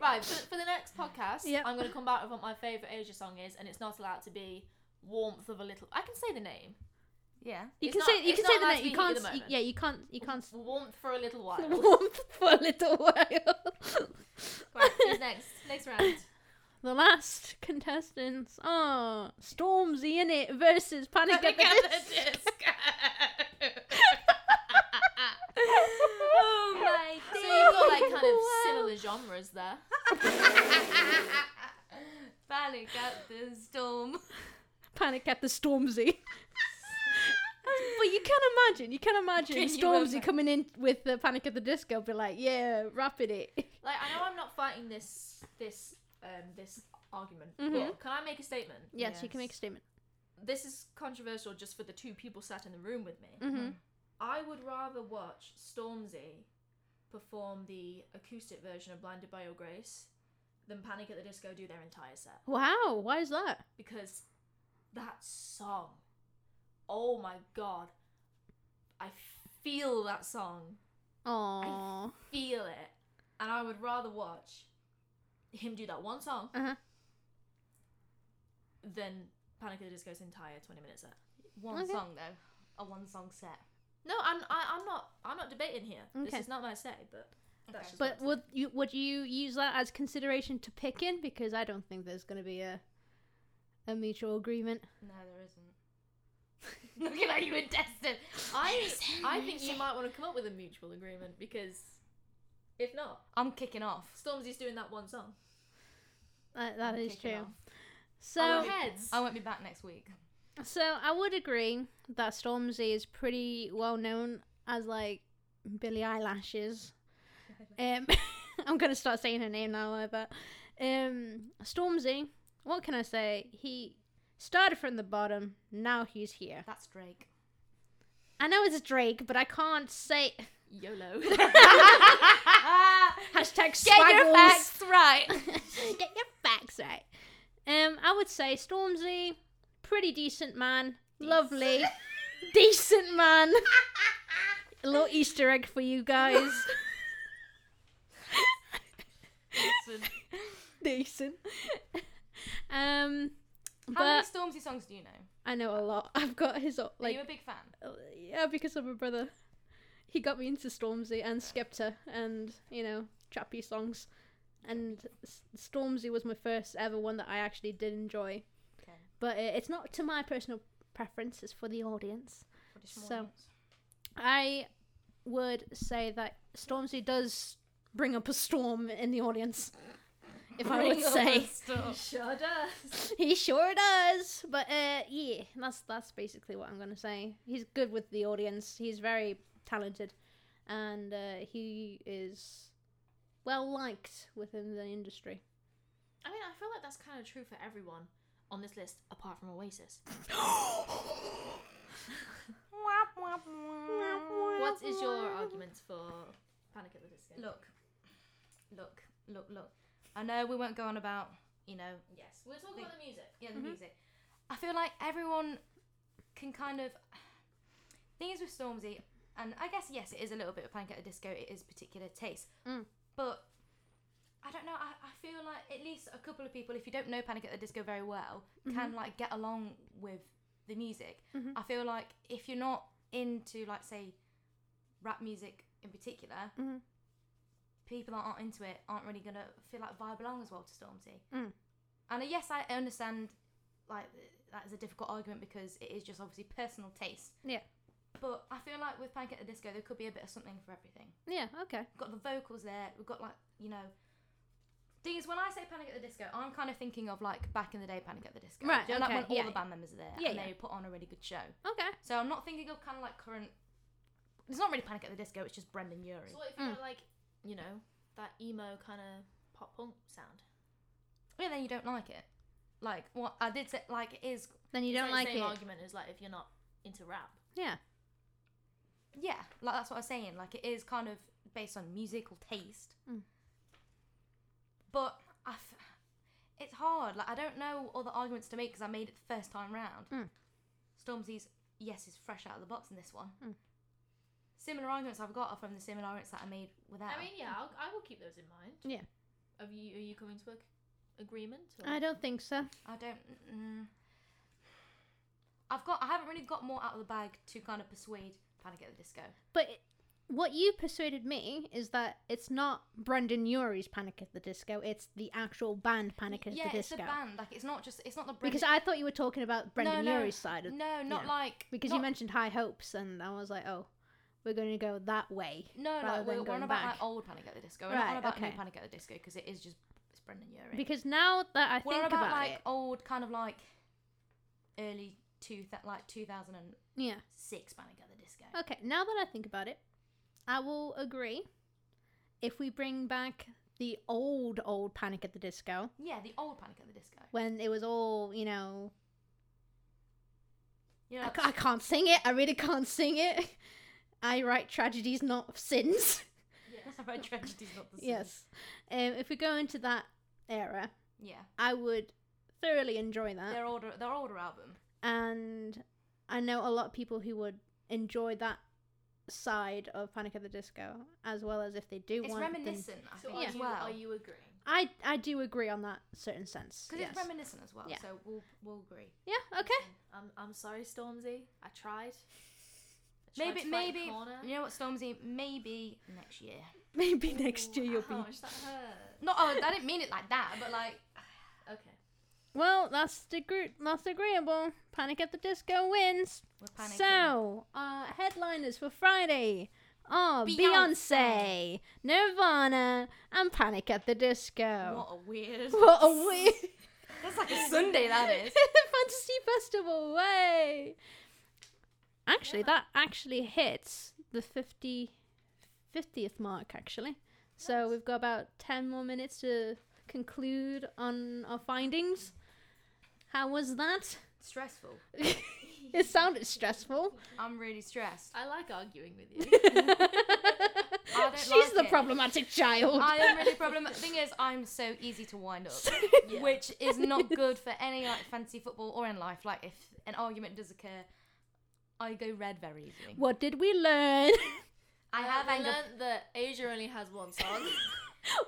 Speaker 4: Right, for, for the next podcast,
Speaker 3: Yep.
Speaker 4: I'm going to come back with what my favourite Asia song is, and it's not allowed to be Warmth of a Little. I can say the name.
Speaker 2: Yeah.
Speaker 3: You
Speaker 4: It's
Speaker 3: can
Speaker 4: not-
Speaker 3: say you
Speaker 4: it's
Speaker 3: can
Speaker 4: not
Speaker 3: say the
Speaker 4: allowed
Speaker 3: name.
Speaker 4: to
Speaker 3: You
Speaker 4: be heat at
Speaker 3: can't.
Speaker 4: the
Speaker 3: s-
Speaker 4: moment.
Speaker 3: yeah, you can't. You can't. s-
Speaker 4: Warmth for a Little While.
Speaker 3: Warmth for a little while.
Speaker 4: right, who's next? Next round.
Speaker 3: The last contestants are Stormzy in it versus Panic at the Disco.
Speaker 2: oh my
Speaker 4: So you've got like kind of similar genres there.
Speaker 2: Panic at the storm.
Speaker 3: Panic at the Stormzy. but you can imagine, you can imagine
Speaker 4: Can you
Speaker 3: Stormzy
Speaker 4: imagine?
Speaker 3: coming in with the Panic at the Disco, be like, yeah, rapping it.
Speaker 4: Like I know I'm not fighting this this um this argument,
Speaker 3: Mhm.
Speaker 4: but can I make a statement?
Speaker 3: Yes, you can make a
Speaker 2: Yes.
Speaker 3: statement.
Speaker 4: This is controversial just for the two people sat in the room with me.
Speaker 3: Mm-hmm.
Speaker 4: I would rather watch Stormzy perform the acoustic version of Blinded by Your Grace than Panic at the Disco do their entire set
Speaker 3: Wow, why is that?
Speaker 4: because that song. Oh my god. I feel that song.
Speaker 3: Aww.
Speaker 4: Feel it. And I would rather watch him do that one song
Speaker 3: Uh-huh.
Speaker 4: than Panic at the Disco's entire 20 minute set.
Speaker 2: One
Speaker 3: Okay.
Speaker 2: song though. A one song set.
Speaker 4: No, I'm I, I'm not I'm not debating here.
Speaker 3: Okay.
Speaker 4: This is not my say, but
Speaker 2: Okay.
Speaker 4: that's just
Speaker 3: But
Speaker 4: what
Speaker 3: would you would you use that as consideration to picking? Because I don't think there's going to be a a mutual agreement.
Speaker 2: No, there isn't. Looking at you in Destin.
Speaker 4: I I think you might want to come up with a mutual agreement because if not,
Speaker 2: I'm kicking off.
Speaker 4: Stormzy's doing that one song.
Speaker 3: That, Uh, that
Speaker 2: I'm
Speaker 3: is
Speaker 2: kicking
Speaker 3: true.
Speaker 2: off.
Speaker 3: So
Speaker 4: Our heads.
Speaker 2: I won't be back next week.
Speaker 3: So I would agree that Stormzy is pretty well known as like Billie Eyelashes. Um, I'm gonna start saying her name now, but um, Stormzy. What can I say? He started from the bottom. Now he's here.
Speaker 2: That's Drake.
Speaker 3: I know it's Drake, but I can't say
Speaker 4: YOLO.
Speaker 3: hashtag
Speaker 2: Get your
Speaker 3: swaggles.
Speaker 2: facts right.
Speaker 3: Get your facts right. Um, I would say Stormzy, pretty decent man, lovely, decent man. A little Easter egg for you guys. decent. Um,
Speaker 2: How many
Speaker 3: but
Speaker 2: Stormzy songs do you know?
Speaker 3: I know a lot. I've got his uh,
Speaker 2: Are you a
Speaker 3: like
Speaker 2: big fan?
Speaker 3: uh, yeah because of my brother. He got me into Stormzy and Skepta and you know trappy songs, and S- Stormzy was my first ever one that I actually did enjoy.
Speaker 2: Okay.
Speaker 3: But uh, it's not to my personal preference; it's for the audience.
Speaker 2: What is your
Speaker 3: So-
Speaker 2: audience?
Speaker 3: I would say that Stormzy does bring up a storm in the audience. If I would
Speaker 2: Bring on
Speaker 3: say
Speaker 2: the storm.
Speaker 4: sure does.
Speaker 3: he sure does, but uh, yeah, that's that's basically what I'm gonna say. He's good with the audience. He's very talented, and uh, he is well liked within the industry.
Speaker 4: I mean, I feel like that's kind of true for everyone on this list apart from Oasis. What is your argument for Panic at the Disco?
Speaker 2: Look, look, look, look. I know we won't go on about you know
Speaker 4: Yes, we're talking about the music.
Speaker 2: yeah the music. I feel like everyone can kind of things with Stormzy, and I guess yes, it is a little bit of Panic at the Disco. It is particular taste,
Speaker 3: Mm.
Speaker 2: but I don't know. I, I feel like at least a couple of people, if you don't know Panic at the Disco very well,
Speaker 3: Mm-hmm.
Speaker 2: can like get along with the music.
Speaker 3: Mhm.
Speaker 4: Uh,
Speaker 2: I feel like if you're not into like say rap music in particular,
Speaker 3: Mhm.
Speaker 2: people that aren't into it aren't really gonna feel like vibe along as well to Stormzy.
Speaker 3: Mm.
Speaker 2: And uh, yes, I understand like that is a difficult argument because it is just obviously personal taste.
Speaker 3: Yeah.
Speaker 2: But I feel like with Panic at the Disco, there could be a bit of something for everything.
Speaker 3: Yeah, okay.
Speaker 2: We've got the vocals there. We've got like you know. Thing is, when I say Panic at the Disco, I'm kind of thinking of like back in the day Panic at the Disco.
Speaker 3: Right,
Speaker 2: Do you know,
Speaker 3: okay,
Speaker 2: Like when all
Speaker 3: yeah.
Speaker 2: the band members are there
Speaker 3: Yeah,
Speaker 2: and
Speaker 3: yeah.
Speaker 2: they put on a really good show.
Speaker 3: Okay.
Speaker 2: So I'm not thinking of kind of like current. It's not really Panic at the Disco. It's just Brendan Urie.
Speaker 4: So what if
Speaker 3: Mm.
Speaker 4: you got like, you know, that emo kind of pop punk sound?
Speaker 2: Yeah, then you don't like it. Like what I did say, like it is.
Speaker 3: Then you
Speaker 4: It's
Speaker 3: don't
Speaker 4: like
Speaker 3: like
Speaker 4: the
Speaker 3: it.
Speaker 4: same argument as like if you're not into rap.
Speaker 3: Yeah.
Speaker 2: Yeah, like that's what I was saying. Like it is kind of based on musical taste.
Speaker 3: Mm.
Speaker 2: But I, f- it's hard. Like I don't know all the arguments to make because I made it the first time round.
Speaker 3: Mm.
Speaker 2: Stormzy's yes is fresh out of the box in this one.
Speaker 3: Mm.
Speaker 2: Similar arguments I've got are from the similar arguments that I made without.
Speaker 4: I mean, yeah, I'll, I will keep those in mind.
Speaker 3: Yeah.
Speaker 5: Have you are you coming to a agreement? or-
Speaker 3: I don't think so.
Speaker 2: I don't. Mm, I've got. I haven't really got more out of the bag to kind of persuade Panic at the Disco.
Speaker 3: But it, what you persuaded me is that it's not Brendan Urie's Panic at the Disco; it's the actual band Panic at
Speaker 2: yeah,
Speaker 3: the
Speaker 2: it's
Speaker 3: Disco.
Speaker 2: the band. Like it's not just. It's not the
Speaker 3: because I thought you were talking about Brendan
Speaker 2: no.
Speaker 3: Urie's side of
Speaker 2: no, not
Speaker 3: know,
Speaker 2: like
Speaker 3: because you
Speaker 2: not-
Speaker 3: mentioned High Hopes, and I was like, oh, we're going to go that way.
Speaker 2: No,
Speaker 3: rather
Speaker 2: like we're,
Speaker 3: than
Speaker 2: we're on
Speaker 3: going
Speaker 2: about
Speaker 3: back.
Speaker 2: like old Panic at the Disco. We're not on
Speaker 3: Right,
Speaker 2: about
Speaker 3: okay.
Speaker 2: new Panic at the Disco because it is just it's Brendan Urie.
Speaker 3: Because now that I
Speaker 2: we're
Speaker 3: think
Speaker 2: on about,
Speaker 3: about,
Speaker 2: like
Speaker 3: it,
Speaker 2: old kind of like early two th- like two thousand and
Speaker 3: yeah.
Speaker 2: six Panic at the Disco.
Speaker 3: Okay, now that I think about it, I will agree. If we bring back the old, old Panic at the Disco,
Speaker 2: Yeah, the old Panic at the Disco.
Speaker 3: when it was all, you know,
Speaker 2: You know,
Speaker 3: I,
Speaker 2: like,
Speaker 3: ca- I can't sing it, I really can't sing it. I write tragedies, not sins.
Speaker 2: Right, Tragedy's not the same.
Speaker 3: yes. Um, if we go into that era,
Speaker 2: Yeah,
Speaker 3: I would thoroughly enjoy that.
Speaker 2: their older their older album.
Speaker 3: and I know a lot of people who would enjoy that side of Panic at the Disco as well as if they do
Speaker 2: It's
Speaker 3: want them-
Speaker 2: reminiscent, I
Speaker 5: So
Speaker 2: think,
Speaker 5: are,
Speaker 2: as
Speaker 5: you,
Speaker 2: well.
Speaker 5: are you agreeing?
Speaker 3: I I do agree on that certain sense.
Speaker 2: Because
Speaker 3: yes.
Speaker 2: it's reminiscent as well,
Speaker 3: Yeah.
Speaker 2: so we'll we'll agree.
Speaker 3: yeah. Okay.
Speaker 5: I'm I'm sorry, Stormzy. I tried. I tried
Speaker 2: Maybe
Speaker 5: to fight
Speaker 2: maybe
Speaker 5: the corner.
Speaker 2: you know what Stormzy? Maybe next year.
Speaker 3: Maybe next year you'll
Speaker 5: Ouch,
Speaker 3: be.
Speaker 5: Oh, that hurt.
Speaker 2: No, oh, I didn't mean it like that, but like
Speaker 5: Okay.
Speaker 3: Well, that's degre- that's agreeable. Panic at the Disco wins.
Speaker 2: we're panicking.
Speaker 3: So, uh, headliners for Friday are
Speaker 2: Beyonce.
Speaker 3: Beyonce, Nirvana, and Panic at the Disco.
Speaker 2: What a weird.
Speaker 3: What a weird
Speaker 2: That's like a Sunday, that is.
Speaker 3: Fantasy Festival way. Actually, that actually hits the 50, 50th mark, actually. So we've got about 10 more minutes to conclude on our findings. How was that?
Speaker 2: Stressful.
Speaker 3: It sounded stressful.
Speaker 2: I'm really stressed.
Speaker 5: I like arguing with you.
Speaker 2: I don't
Speaker 3: She's
Speaker 2: like
Speaker 3: the
Speaker 2: it.
Speaker 3: problematic child.
Speaker 2: I am really problem. Thing is, I'm so easy to wind up, which is not good for any like fancy football or in life. Like if an argument does occur, I go red very easily.
Speaker 3: what did we learn?
Speaker 2: I have
Speaker 5: I
Speaker 2: anger.
Speaker 5: learned that Asia only has one song.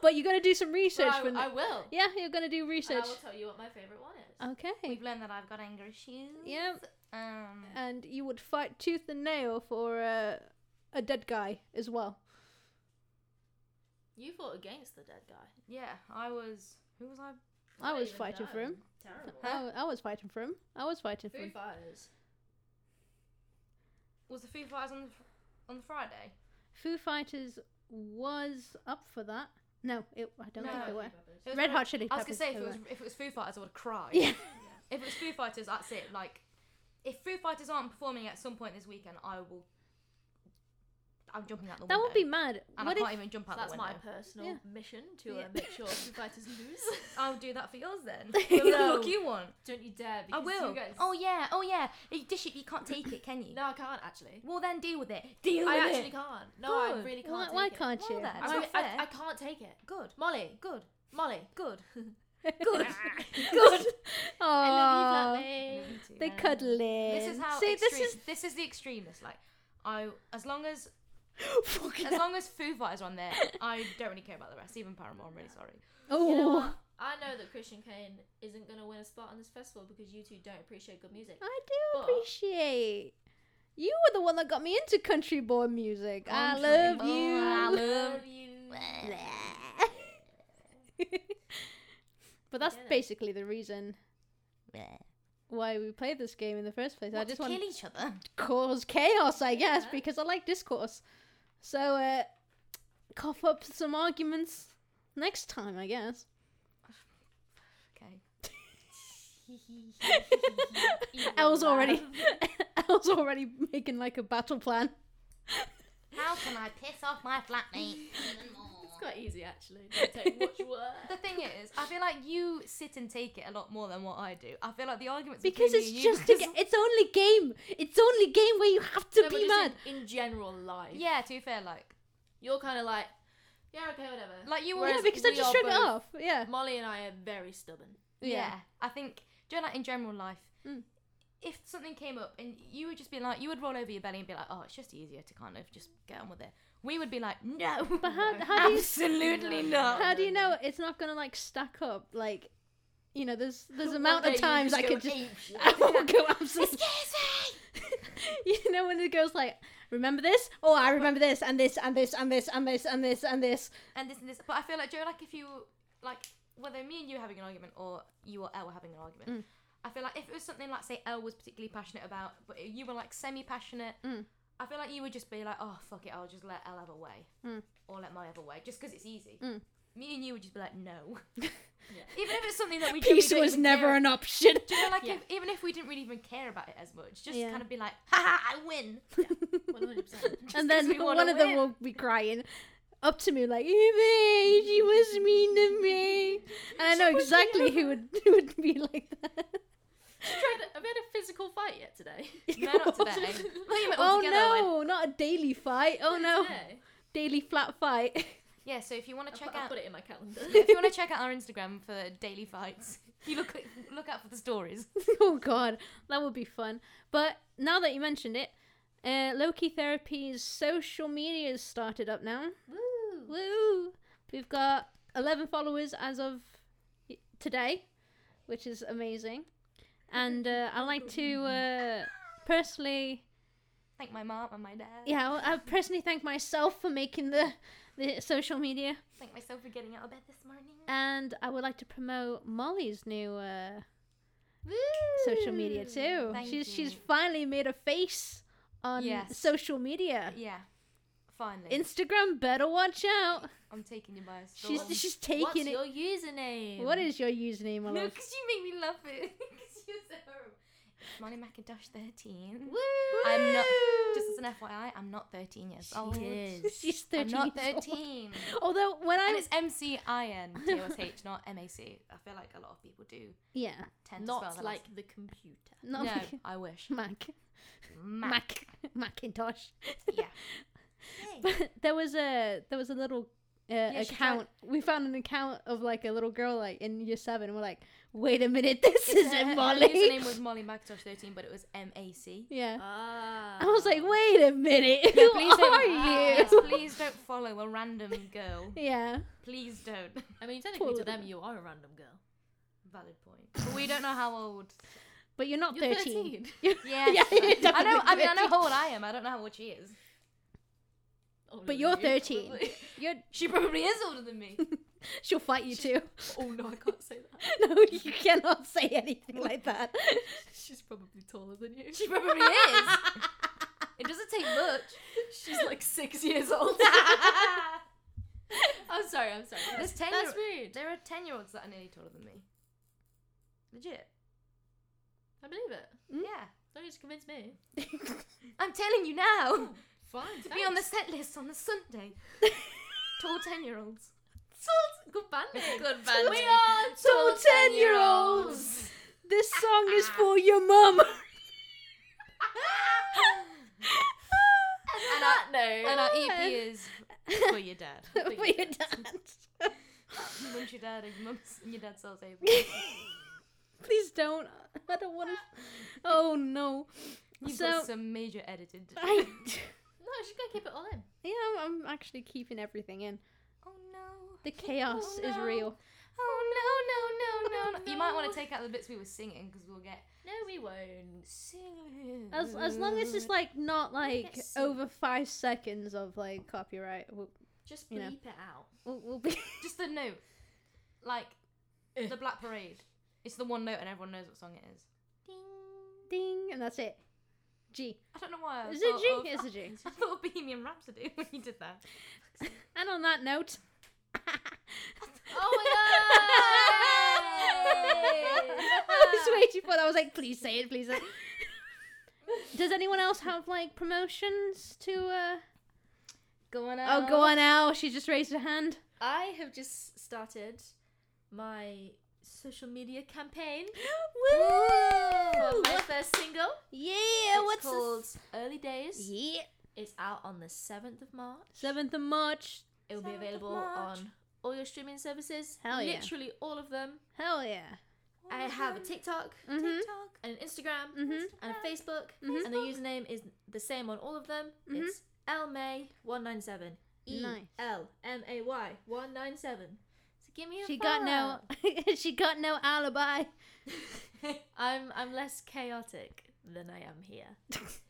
Speaker 3: but you're going to do some
Speaker 5: so
Speaker 3: research.
Speaker 5: I,
Speaker 3: when-
Speaker 5: I will.
Speaker 3: yeah, you're going to do
Speaker 5: And I
Speaker 3: research.
Speaker 5: will tell you what my favorite one is.
Speaker 3: Um, Okay.
Speaker 2: We've learned that I've got anger issues.
Speaker 3: Yeah.
Speaker 2: Um.
Speaker 3: and you would fight tooth and nail for uh, a dead guy as well.
Speaker 5: You fought against the dead guy.
Speaker 2: Yeah. I was. Who was I?
Speaker 3: I
Speaker 4: Not
Speaker 3: was
Speaker 4: even
Speaker 3: fighting
Speaker 4: done.
Speaker 3: for him.
Speaker 4: Terrible.
Speaker 3: I, I was fighting for him. I was fighting for
Speaker 5: Foo
Speaker 3: him.
Speaker 5: Fighters.
Speaker 2: Was the Foo Fighters on the fr- on the Friday?
Speaker 3: Foo Fighters was up for that. No, it, I don't think
Speaker 2: No.
Speaker 3: they were.
Speaker 2: It was
Speaker 3: Red
Speaker 2: Foo-
Speaker 3: Hot Chili
Speaker 2: I was
Speaker 3: Peppers.
Speaker 2: gonna say if
Speaker 3: they
Speaker 2: it was
Speaker 3: were.
Speaker 2: if it was Foo Fighters, I would have cried.
Speaker 3: Yeah.
Speaker 2: If it was Foo Fighters, that's it. Like, if Foo Fighters aren't performing at some point this weekend, I will. I'm jumping out the
Speaker 3: that
Speaker 2: window.
Speaker 3: would be mad.
Speaker 2: And
Speaker 3: what
Speaker 2: I
Speaker 3: if
Speaker 2: can't even jump
Speaker 5: So
Speaker 2: out
Speaker 5: that's
Speaker 2: the
Speaker 5: my
Speaker 2: window.
Speaker 5: personal
Speaker 3: Yeah.
Speaker 5: mission to
Speaker 3: Yeah.
Speaker 5: uh, make sure Foo Fighters lose.
Speaker 2: I'll do that for yours then. the look you want.
Speaker 5: Don't you dare!
Speaker 2: I
Speaker 5: Because
Speaker 2: will.
Speaker 5: You guys...
Speaker 2: Oh yeah. Oh yeah. You dish it. You can't take it, can you?
Speaker 5: No, I can't actually.
Speaker 2: Well then, deal with it. Deal
Speaker 5: I
Speaker 2: with
Speaker 5: actually
Speaker 2: it.
Speaker 5: can't. No, I
Speaker 2: Good.
Speaker 5: really can't.
Speaker 3: why,
Speaker 5: take
Speaker 3: why
Speaker 5: it.
Speaker 3: can't
Speaker 2: Well
Speaker 3: you?
Speaker 2: then,
Speaker 5: I,
Speaker 2: It's
Speaker 5: mean,
Speaker 2: not
Speaker 5: I,
Speaker 2: fair.
Speaker 5: I can't take it.
Speaker 2: Good.
Speaker 5: Molly,
Speaker 2: Good.
Speaker 5: Molly.
Speaker 2: Good.
Speaker 3: good.
Speaker 2: Good.
Speaker 5: I love
Speaker 3: Oh,
Speaker 5: you, Flatmate.
Speaker 3: they cuddling.
Speaker 2: This is how.
Speaker 3: See,
Speaker 2: extreme,
Speaker 3: this is
Speaker 2: this is the extremists. Like, I as long as
Speaker 3: fucking.
Speaker 2: as long as Foo Fighters are on there, I don't really care about the rest. Even Paramore, I'm really sorry.
Speaker 3: oh,
Speaker 5: You know what? I know that Christian Kane isn't going to win a spot on this festival because you two don't appreciate good music.
Speaker 3: I do
Speaker 5: But-
Speaker 3: appreciate. You were the one that got me into country boy music. I
Speaker 2: Country
Speaker 3: love
Speaker 2: boy, I
Speaker 3: you.
Speaker 2: love
Speaker 5: you.
Speaker 3: but that's
Speaker 5: get it.
Speaker 3: basically the reason why we played this game in the first place. I
Speaker 2: What,
Speaker 3: just
Speaker 2: to
Speaker 3: want
Speaker 2: kill
Speaker 3: to
Speaker 2: each other.
Speaker 3: cause chaos, I guess,
Speaker 5: Yeah.
Speaker 3: because I like discourse. So, uh, cough up some arguments next time, I guess.
Speaker 2: Okay.
Speaker 3: Elle's already, Elle's already making like a battle plan.
Speaker 2: How can I piss off my flatmate even more?
Speaker 5: It's quite easy actually. Don't take much work.
Speaker 2: The thing is, I feel like you sit and take it a lot more than what I do. I feel like the arguments
Speaker 3: Because
Speaker 2: between
Speaker 3: it's
Speaker 2: me and
Speaker 3: just a
Speaker 2: you
Speaker 3: ga- it's only game. It's only game where you have to
Speaker 5: No, but
Speaker 3: be
Speaker 5: just
Speaker 3: mad.
Speaker 5: In, in general life,
Speaker 2: yeah. To be fair, like
Speaker 5: you're kind of like, yeah, okay, whatever.
Speaker 2: like you were
Speaker 3: Yeah,
Speaker 5: Whereas
Speaker 3: because I
Speaker 5: we
Speaker 3: just
Speaker 5: are
Speaker 3: shrug it
Speaker 5: both-
Speaker 3: off. Yeah.
Speaker 5: Molly and I are very stubborn.
Speaker 2: yeah. I think do you know, like in general life.
Speaker 3: Mm.
Speaker 2: If something came up and you would just be like, you would roll over your belly and be like, oh, it's just easier to kind of just get on with it. We would be like, no,
Speaker 3: But how,
Speaker 4: No.
Speaker 3: how do you
Speaker 2: absolutely
Speaker 4: No,
Speaker 2: not.
Speaker 3: how do you know it's not gonna like stack up? Like, you know, there's there's amount
Speaker 4: day
Speaker 3: of
Speaker 4: you
Speaker 3: times I
Speaker 4: just go
Speaker 3: could just
Speaker 4: apeshit.
Speaker 3: I will go absolutely. you know when the girl's like, remember this? Oh, I remember this and this and this and this and this and this and this.
Speaker 2: And this and this, but I feel like Joe, like if you like whether me and you were having an argument or you or Elle were having an argument, I feel like if it was something like say Elle was particularly passionate about, but you were like semi-passionate,
Speaker 3: Mm.
Speaker 2: I feel like you would just be like, oh fuck it, I'll just let Elle have a way,
Speaker 3: Mm.
Speaker 2: or let my have a way, just because it's easy.
Speaker 3: Mm.
Speaker 2: Me and you would just be like, no, even if it's something that we
Speaker 3: Peace
Speaker 2: really don't
Speaker 3: was
Speaker 2: even
Speaker 3: never
Speaker 2: care
Speaker 3: an option.
Speaker 2: Do you know, like
Speaker 4: Yeah.
Speaker 2: if, even if we didn't really even care about it as much, just
Speaker 3: Yeah.
Speaker 2: kind of be like, "Ha ha, I win.
Speaker 4: One hundred percent.
Speaker 3: and
Speaker 2: 'cause
Speaker 3: then
Speaker 2: we wanna
Speaker 3: one of them
Speaker 2: win.
Speaker 3: will be crying up to me like, "Eve, she was mean to me," and I know exactly who would who would be like that.
Speaker 4: Have we had a physical fight yet today?
Speaker 2: No, not today. Like, you went all
Speaker 3: oh
Speaker 2: together, I went-
Speaker 3: no, not a daily fight. Oh no,
Speaker 4: Today?
Speaker 3: daily flat fight.
Speaker 2: Yeah, so if you want
Speaker 4: I'll
Speaker 2: to check
Speaker 4: put- I'll
Speaker 2: out,
Speaker 4: put it in my calendar.
Speaker 2: if you want to check out our Instagram for daily fights, you look look out for the stories.
Speaker 3: oh god, that would be fun. But now that you mentioned it, uh, Loki Therapy's social media has started up now.
Speaker 4: Woo!
Speaker 3: Woo! We've got 11 followers as of y- today, which is amazing. And uh, I like to uh, personally,
Speaker 2: Thank my mom and my dad.
Speaker 3: yeah, I I personally thank myself for making the the social media,
Speaker 2: Thank myself for getting out of bed this morning.
Speaker 3: and I would like to promote Molly's new uh,
Speaker 4: Woo!
Speaker 3: social media too.
Speaker 2: Mm, Thank
Speaker 3: she's she's
Speaker 2: you.
Speaker 3: finally made a face on
Speaker 2: Yes.
Speaker 3: social media.
Speaker 2: yeah, finally,
Speaker 3: Instagram, better watch out.
Speaker 2: I'm taking you by a storm.
Speaker 3: She's she's taking
Speaker 5: What's
Speaker 3: it.
Speaker 5: your username?
Speaker 3: What is your username, my
Speaker 2: no,
Speaker 3: love?
Speaker 2: because you make me love it. 'Cause you're so horrible. It's Molly McIntosh, thirteen.
Speaker 4: Woo!
Speaker 2: I'm not. Just as an FYI, I'm not thirteen years old.
Speaker 3: She's 13.
Speaker 2: I'm not
Speaker 3: years old.
Speaker 2: 13.
Speaker 3: Although when I
Speaker 2: And it's M C I N T O S H, not M A C. I feel like a lot of people do
Speaker 3: yeah,
Speaker 2: tend to spell
Speaker 4: Not
Speaker 2: that.
Speaker 4: like the computer.
Speaker 2: no,
Speaker 3: not Mac,
Speaker 2: I wish.
Speaker 3: Mac,
Speaker 2: Mac.
Speaker 3: Mac, Macintosh.
Speaker 2: Yeah.
Speaker 3: But there was a there was a little
Speaker 2: she
Speaker 3: uh,
Speaker 2: tried-
Speaker 3: account. We found an account of like a little girl like in year seven. We're like, wait a minute, this isn't
Speaker 2: Her username
Speaker 3: Molly.
Speaker 2: was Molly McIntosh 13, but it was M A C.
Speaker 3: Yeah,
Speaker 4: Ah.
Speaker 3: I was like, wait a minute,
Speaker 2: Yeah,
Speaker 3: who
Speaker 2: please don't, Ah,
Speaker 3: are
Speaker 2: Yes,
Speaker 3: you?
Speaker 2: please don't follow a random girl.
Speaker 3: Yeah,
Speaker 2: Please don't.
Speaker 4: I mean, technically
Speaker 3: Poor
Speaker 4: to them,
Speaker 3: little-
Speaker 4: you are a random girl.
Speaker 2: Valid point. But we don't know how old.
Speaker 3: but you're not 13.
Speaker 4: You're thirteen.
Speaker 2: Yes.
Speaker 3: Yeah, you're
Speaker 2: I know. I mean, I know
Speaker 3: definitely
Speaker 2: how old I am. I don't know how old she is.
Speaker 4: Older
Speaker 3: But
Speaker 4: than
Speaker 3: you're
Speaker 4: you,
Speaker 3: 13.
Speaker 4: probably.
Speaker 3: You're,
Speaker 2: She probably is older than me.
Speaker 3: she'll fight you too.
Speaker 4: Oh no, I can't say that.
Speaker 3: no, you cannot say anything like that.
Speaker 4: She's probably taller than you.
Speaker 2: She probably is. It doesn't take much.
Speaker 4: She's like six years old. I'm sorry. I'm sorry.
Speaker 2: There's
Speaker 4: That's,
Speaker 2: ten.
Speaker 4: that's rude.
Speaker 2: There are ten-year-olds that are nearly taller than me. Legit.
Speaker 4: I believe it.
Speaker 2: Yeah.
Speaker 4: Don't need to convince me.
Speaker 2: I'm telling you now.
Speaker 4: Fine.
Speaker 2: to be on the set list on the Sunday. Tall ten-year-olds.
Speaker 4: Good band name.
Speaker 2: Good
Speaker 4: band
Speaker 2: We
Speaker 4: name.
Speaker 2: are
Speaker 3: Tall
Speaker 2: tall
Speaker 3: 10 year
Speaker 2: ten-year-olds.
Speaker 3: olds! This song is for your mum!
Speaker 2: and, our,
Speaker 4: no.
Speaker 2: and our EP is for your dad.
Speaker 3: for your dad.
Speaker 2: Your mum's your dad, and your mum's and your dad sells AB.
Speaker 3: Please don't. I don't want to. Oh no.
Speaker 2: You've
Speaker 3: So-
Speaker 2: got some major edited.
Speaker 3: I.
Speaker 4: No, she's gonna keep it all in.
Speaker 3: Yeah, I'm, I'm actually keeping everything in.
Speaker 2: Oh no.
Speaker 3: The chaos
Speaker 2: Oh,
Speaker 3: is
Speaker 2: no.
Speaker 3: real.
Speaker 2: Oh no no no no! no. You might want
Speaker 4: No.
Speaker 2: to take out the bits we were singing because we'll get
Speaker 4: No, we won't.
Speaker 2: singing.
Speaker 3: As, as long as it's like not like
Speaker 4: Yes.
Speaker 3: over five seconds of like copyright, we'll,
Speaker 4: Just bleep
Speaker 3: You know.
Speaker 4: it out.
Speaker 3: we'll, we'll be.
Speaker 2: just a note, like the Black Parade. It's the one note and everyone knows what song it is.
Speaker 3: Ding, and that's it. G.
Speaker 2: I don't know why. I
Speaker 3: Is
Speaker 2: thought
Speaker 3: it G?
Speaker 2: Of,
Speaker 3: It's a G.
Speaker 2: I thought of Bohemian Rhapsody when you did that.
Speaker 3: And on that note.
Speaker 4: Oh
Speaker 3: I was waiting for that. I was like, please say it, please. Say it. Does anyone else have like promotions to? uh
Speaker 2: Go on
Speaker 3: Oh, go on now. She just raised her hand.
Speaker 4: I have just started my social media campaign for my first single.
Speaker 3: Yeah.
Speaker 4: it's
Speaker 3: what's
Speaker 4: called
Speaker 3: this?
Speaker 4: Early Days.
Speaker 3: Yeah.
Speaker 4: It's out on the seventh of March.
Speaker 3: Seventh of March.
Speaker 4: It will be
Speaker 2: 7th of
Speaker 4: available
Speaker 2: March.
Speaker 4: on all your streaming services.
Speaker 3: Hell yeah.
Speaker 4: Literally all of them.
Speaker 3: Hell yeah.
Speaker 4: I have a TikTok
Speaker 3: Mhm.
Speaker 2: TikTok.
Speaker 4: and an Mm-hmm. Instagram Mm-hmm.
Speaker 3: Mhm.
Speaker 4: and a Facebook, and the username is the same on all of them. It's L May one nine seven. E
Speaker 3: Mm-hmm. Nice.
Speaker 4: L M A Y one nine seven. So give me a
Speaker 3: She got no. she got no alibi.
Speaker 4: follow. I'm I'm less chaotic than I am here.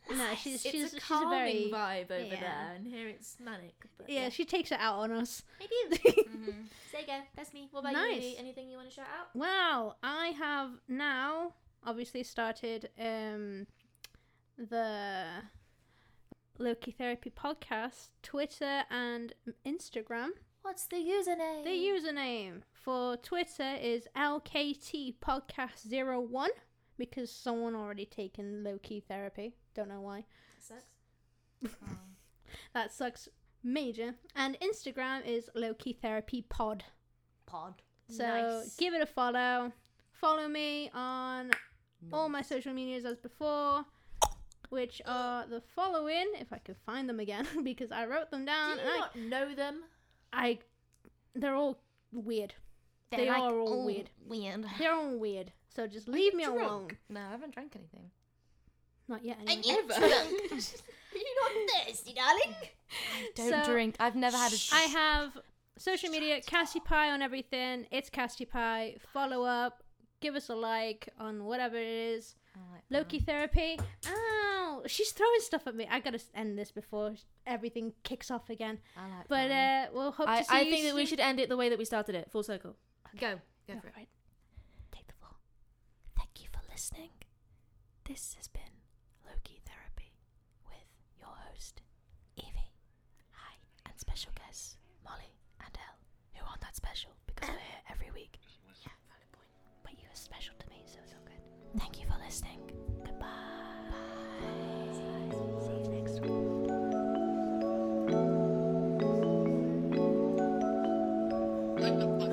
Speaker 3: No, she's
Speaker 4: it's
Speaker 3: she's
Speaker 4: a
Speaker 3: she's a
Speaker 4: calming
Speaker 3: very.
Speaker 4: vibe over
Speaker 3: yeah.
Speaker 4: there, and here it's manic. But
Speaker 3: Yeah, she takes it out on us.
Speaker 4: I do.
Speaker 2: Mm-hmm.
Speaker 4: So there you go. That's me. What about you?
Speaker 3: Nice.
Speaker 4: Lily? Anything you want to shout out?
Speaker 3: Well, I have now obviously started um the Loki Therapy podcast, Twitter and Instagram.
Speaker 4: What's the username?
Speaker 3: The username for Twitter is LKT Podcast 01 because someone already taken Loki Therapy. Don't know why.
Speaker 4: Sucks.
Speaker 3: That sucks major. And Instagram is Loki Therapy Pod.
Speaker 2: Pod.
Speaker 3: So
Speaker 2: Nice.
Speaker 3: give it a follow. Follow me on all my social medias as before, which are the following, if I can find them again, because I wrote them
Speaker 4: Do
Speaker 3: down.
Speaker 4: you
Speaker 3: and
Speaker 4: not know them?
Speaker 3: I, I, they're all weird.
Speaker 2: They're
Speaker 3: They
Speaker 2: like
Speaker 3: are all weird.
Speaker 2: Weird.
Speaker 3: They're all weird. So just leave me
Speaker 2: drunk?
Speaker 3: alone.
Speaker 2: No, I haven't drank anything.
Speaker 3: Not yet. Anyway.
Speaker 4: you not thirsty, darling?
Speaker 2: Don't
Speaker 3: So-
Speaker 2: drink. I've never had a.
Speaker 3: I have social media, Cassie Pie on everything. It's Cassie Pie. Follow up. Give us a like on whatever it is.
Speaker 2: I like
Speaker 3: Loki therapy. Ow! She's throwing stuff at me. I gotta end this before everything kicks off again.
Speaker 2: that. I like
Speaker 3: But
Speaker 2: that.
Speaker 3: uh, we'll hope
Speaker 4: I,
Speaker 3: to see
Speaker 4: I
Speaker 3: you
Speaker 4: think that we
Speaker 3: soon.
Speaker 4: should end it the way that we started it, full circle.
Speaker 2: go. Go for it.
Speaker 1: Alright. Take the floor. Thank you for listening. This has been Loki Therapy with your host, Evie. Hi, and special guests, Molly and Elle, who aren't that special because we're here every week. Yeah, valid point. But you are special to me, so it's all good. Thank you for listening. Goodbye. See you next week.
Speaker 7: Look, look, look.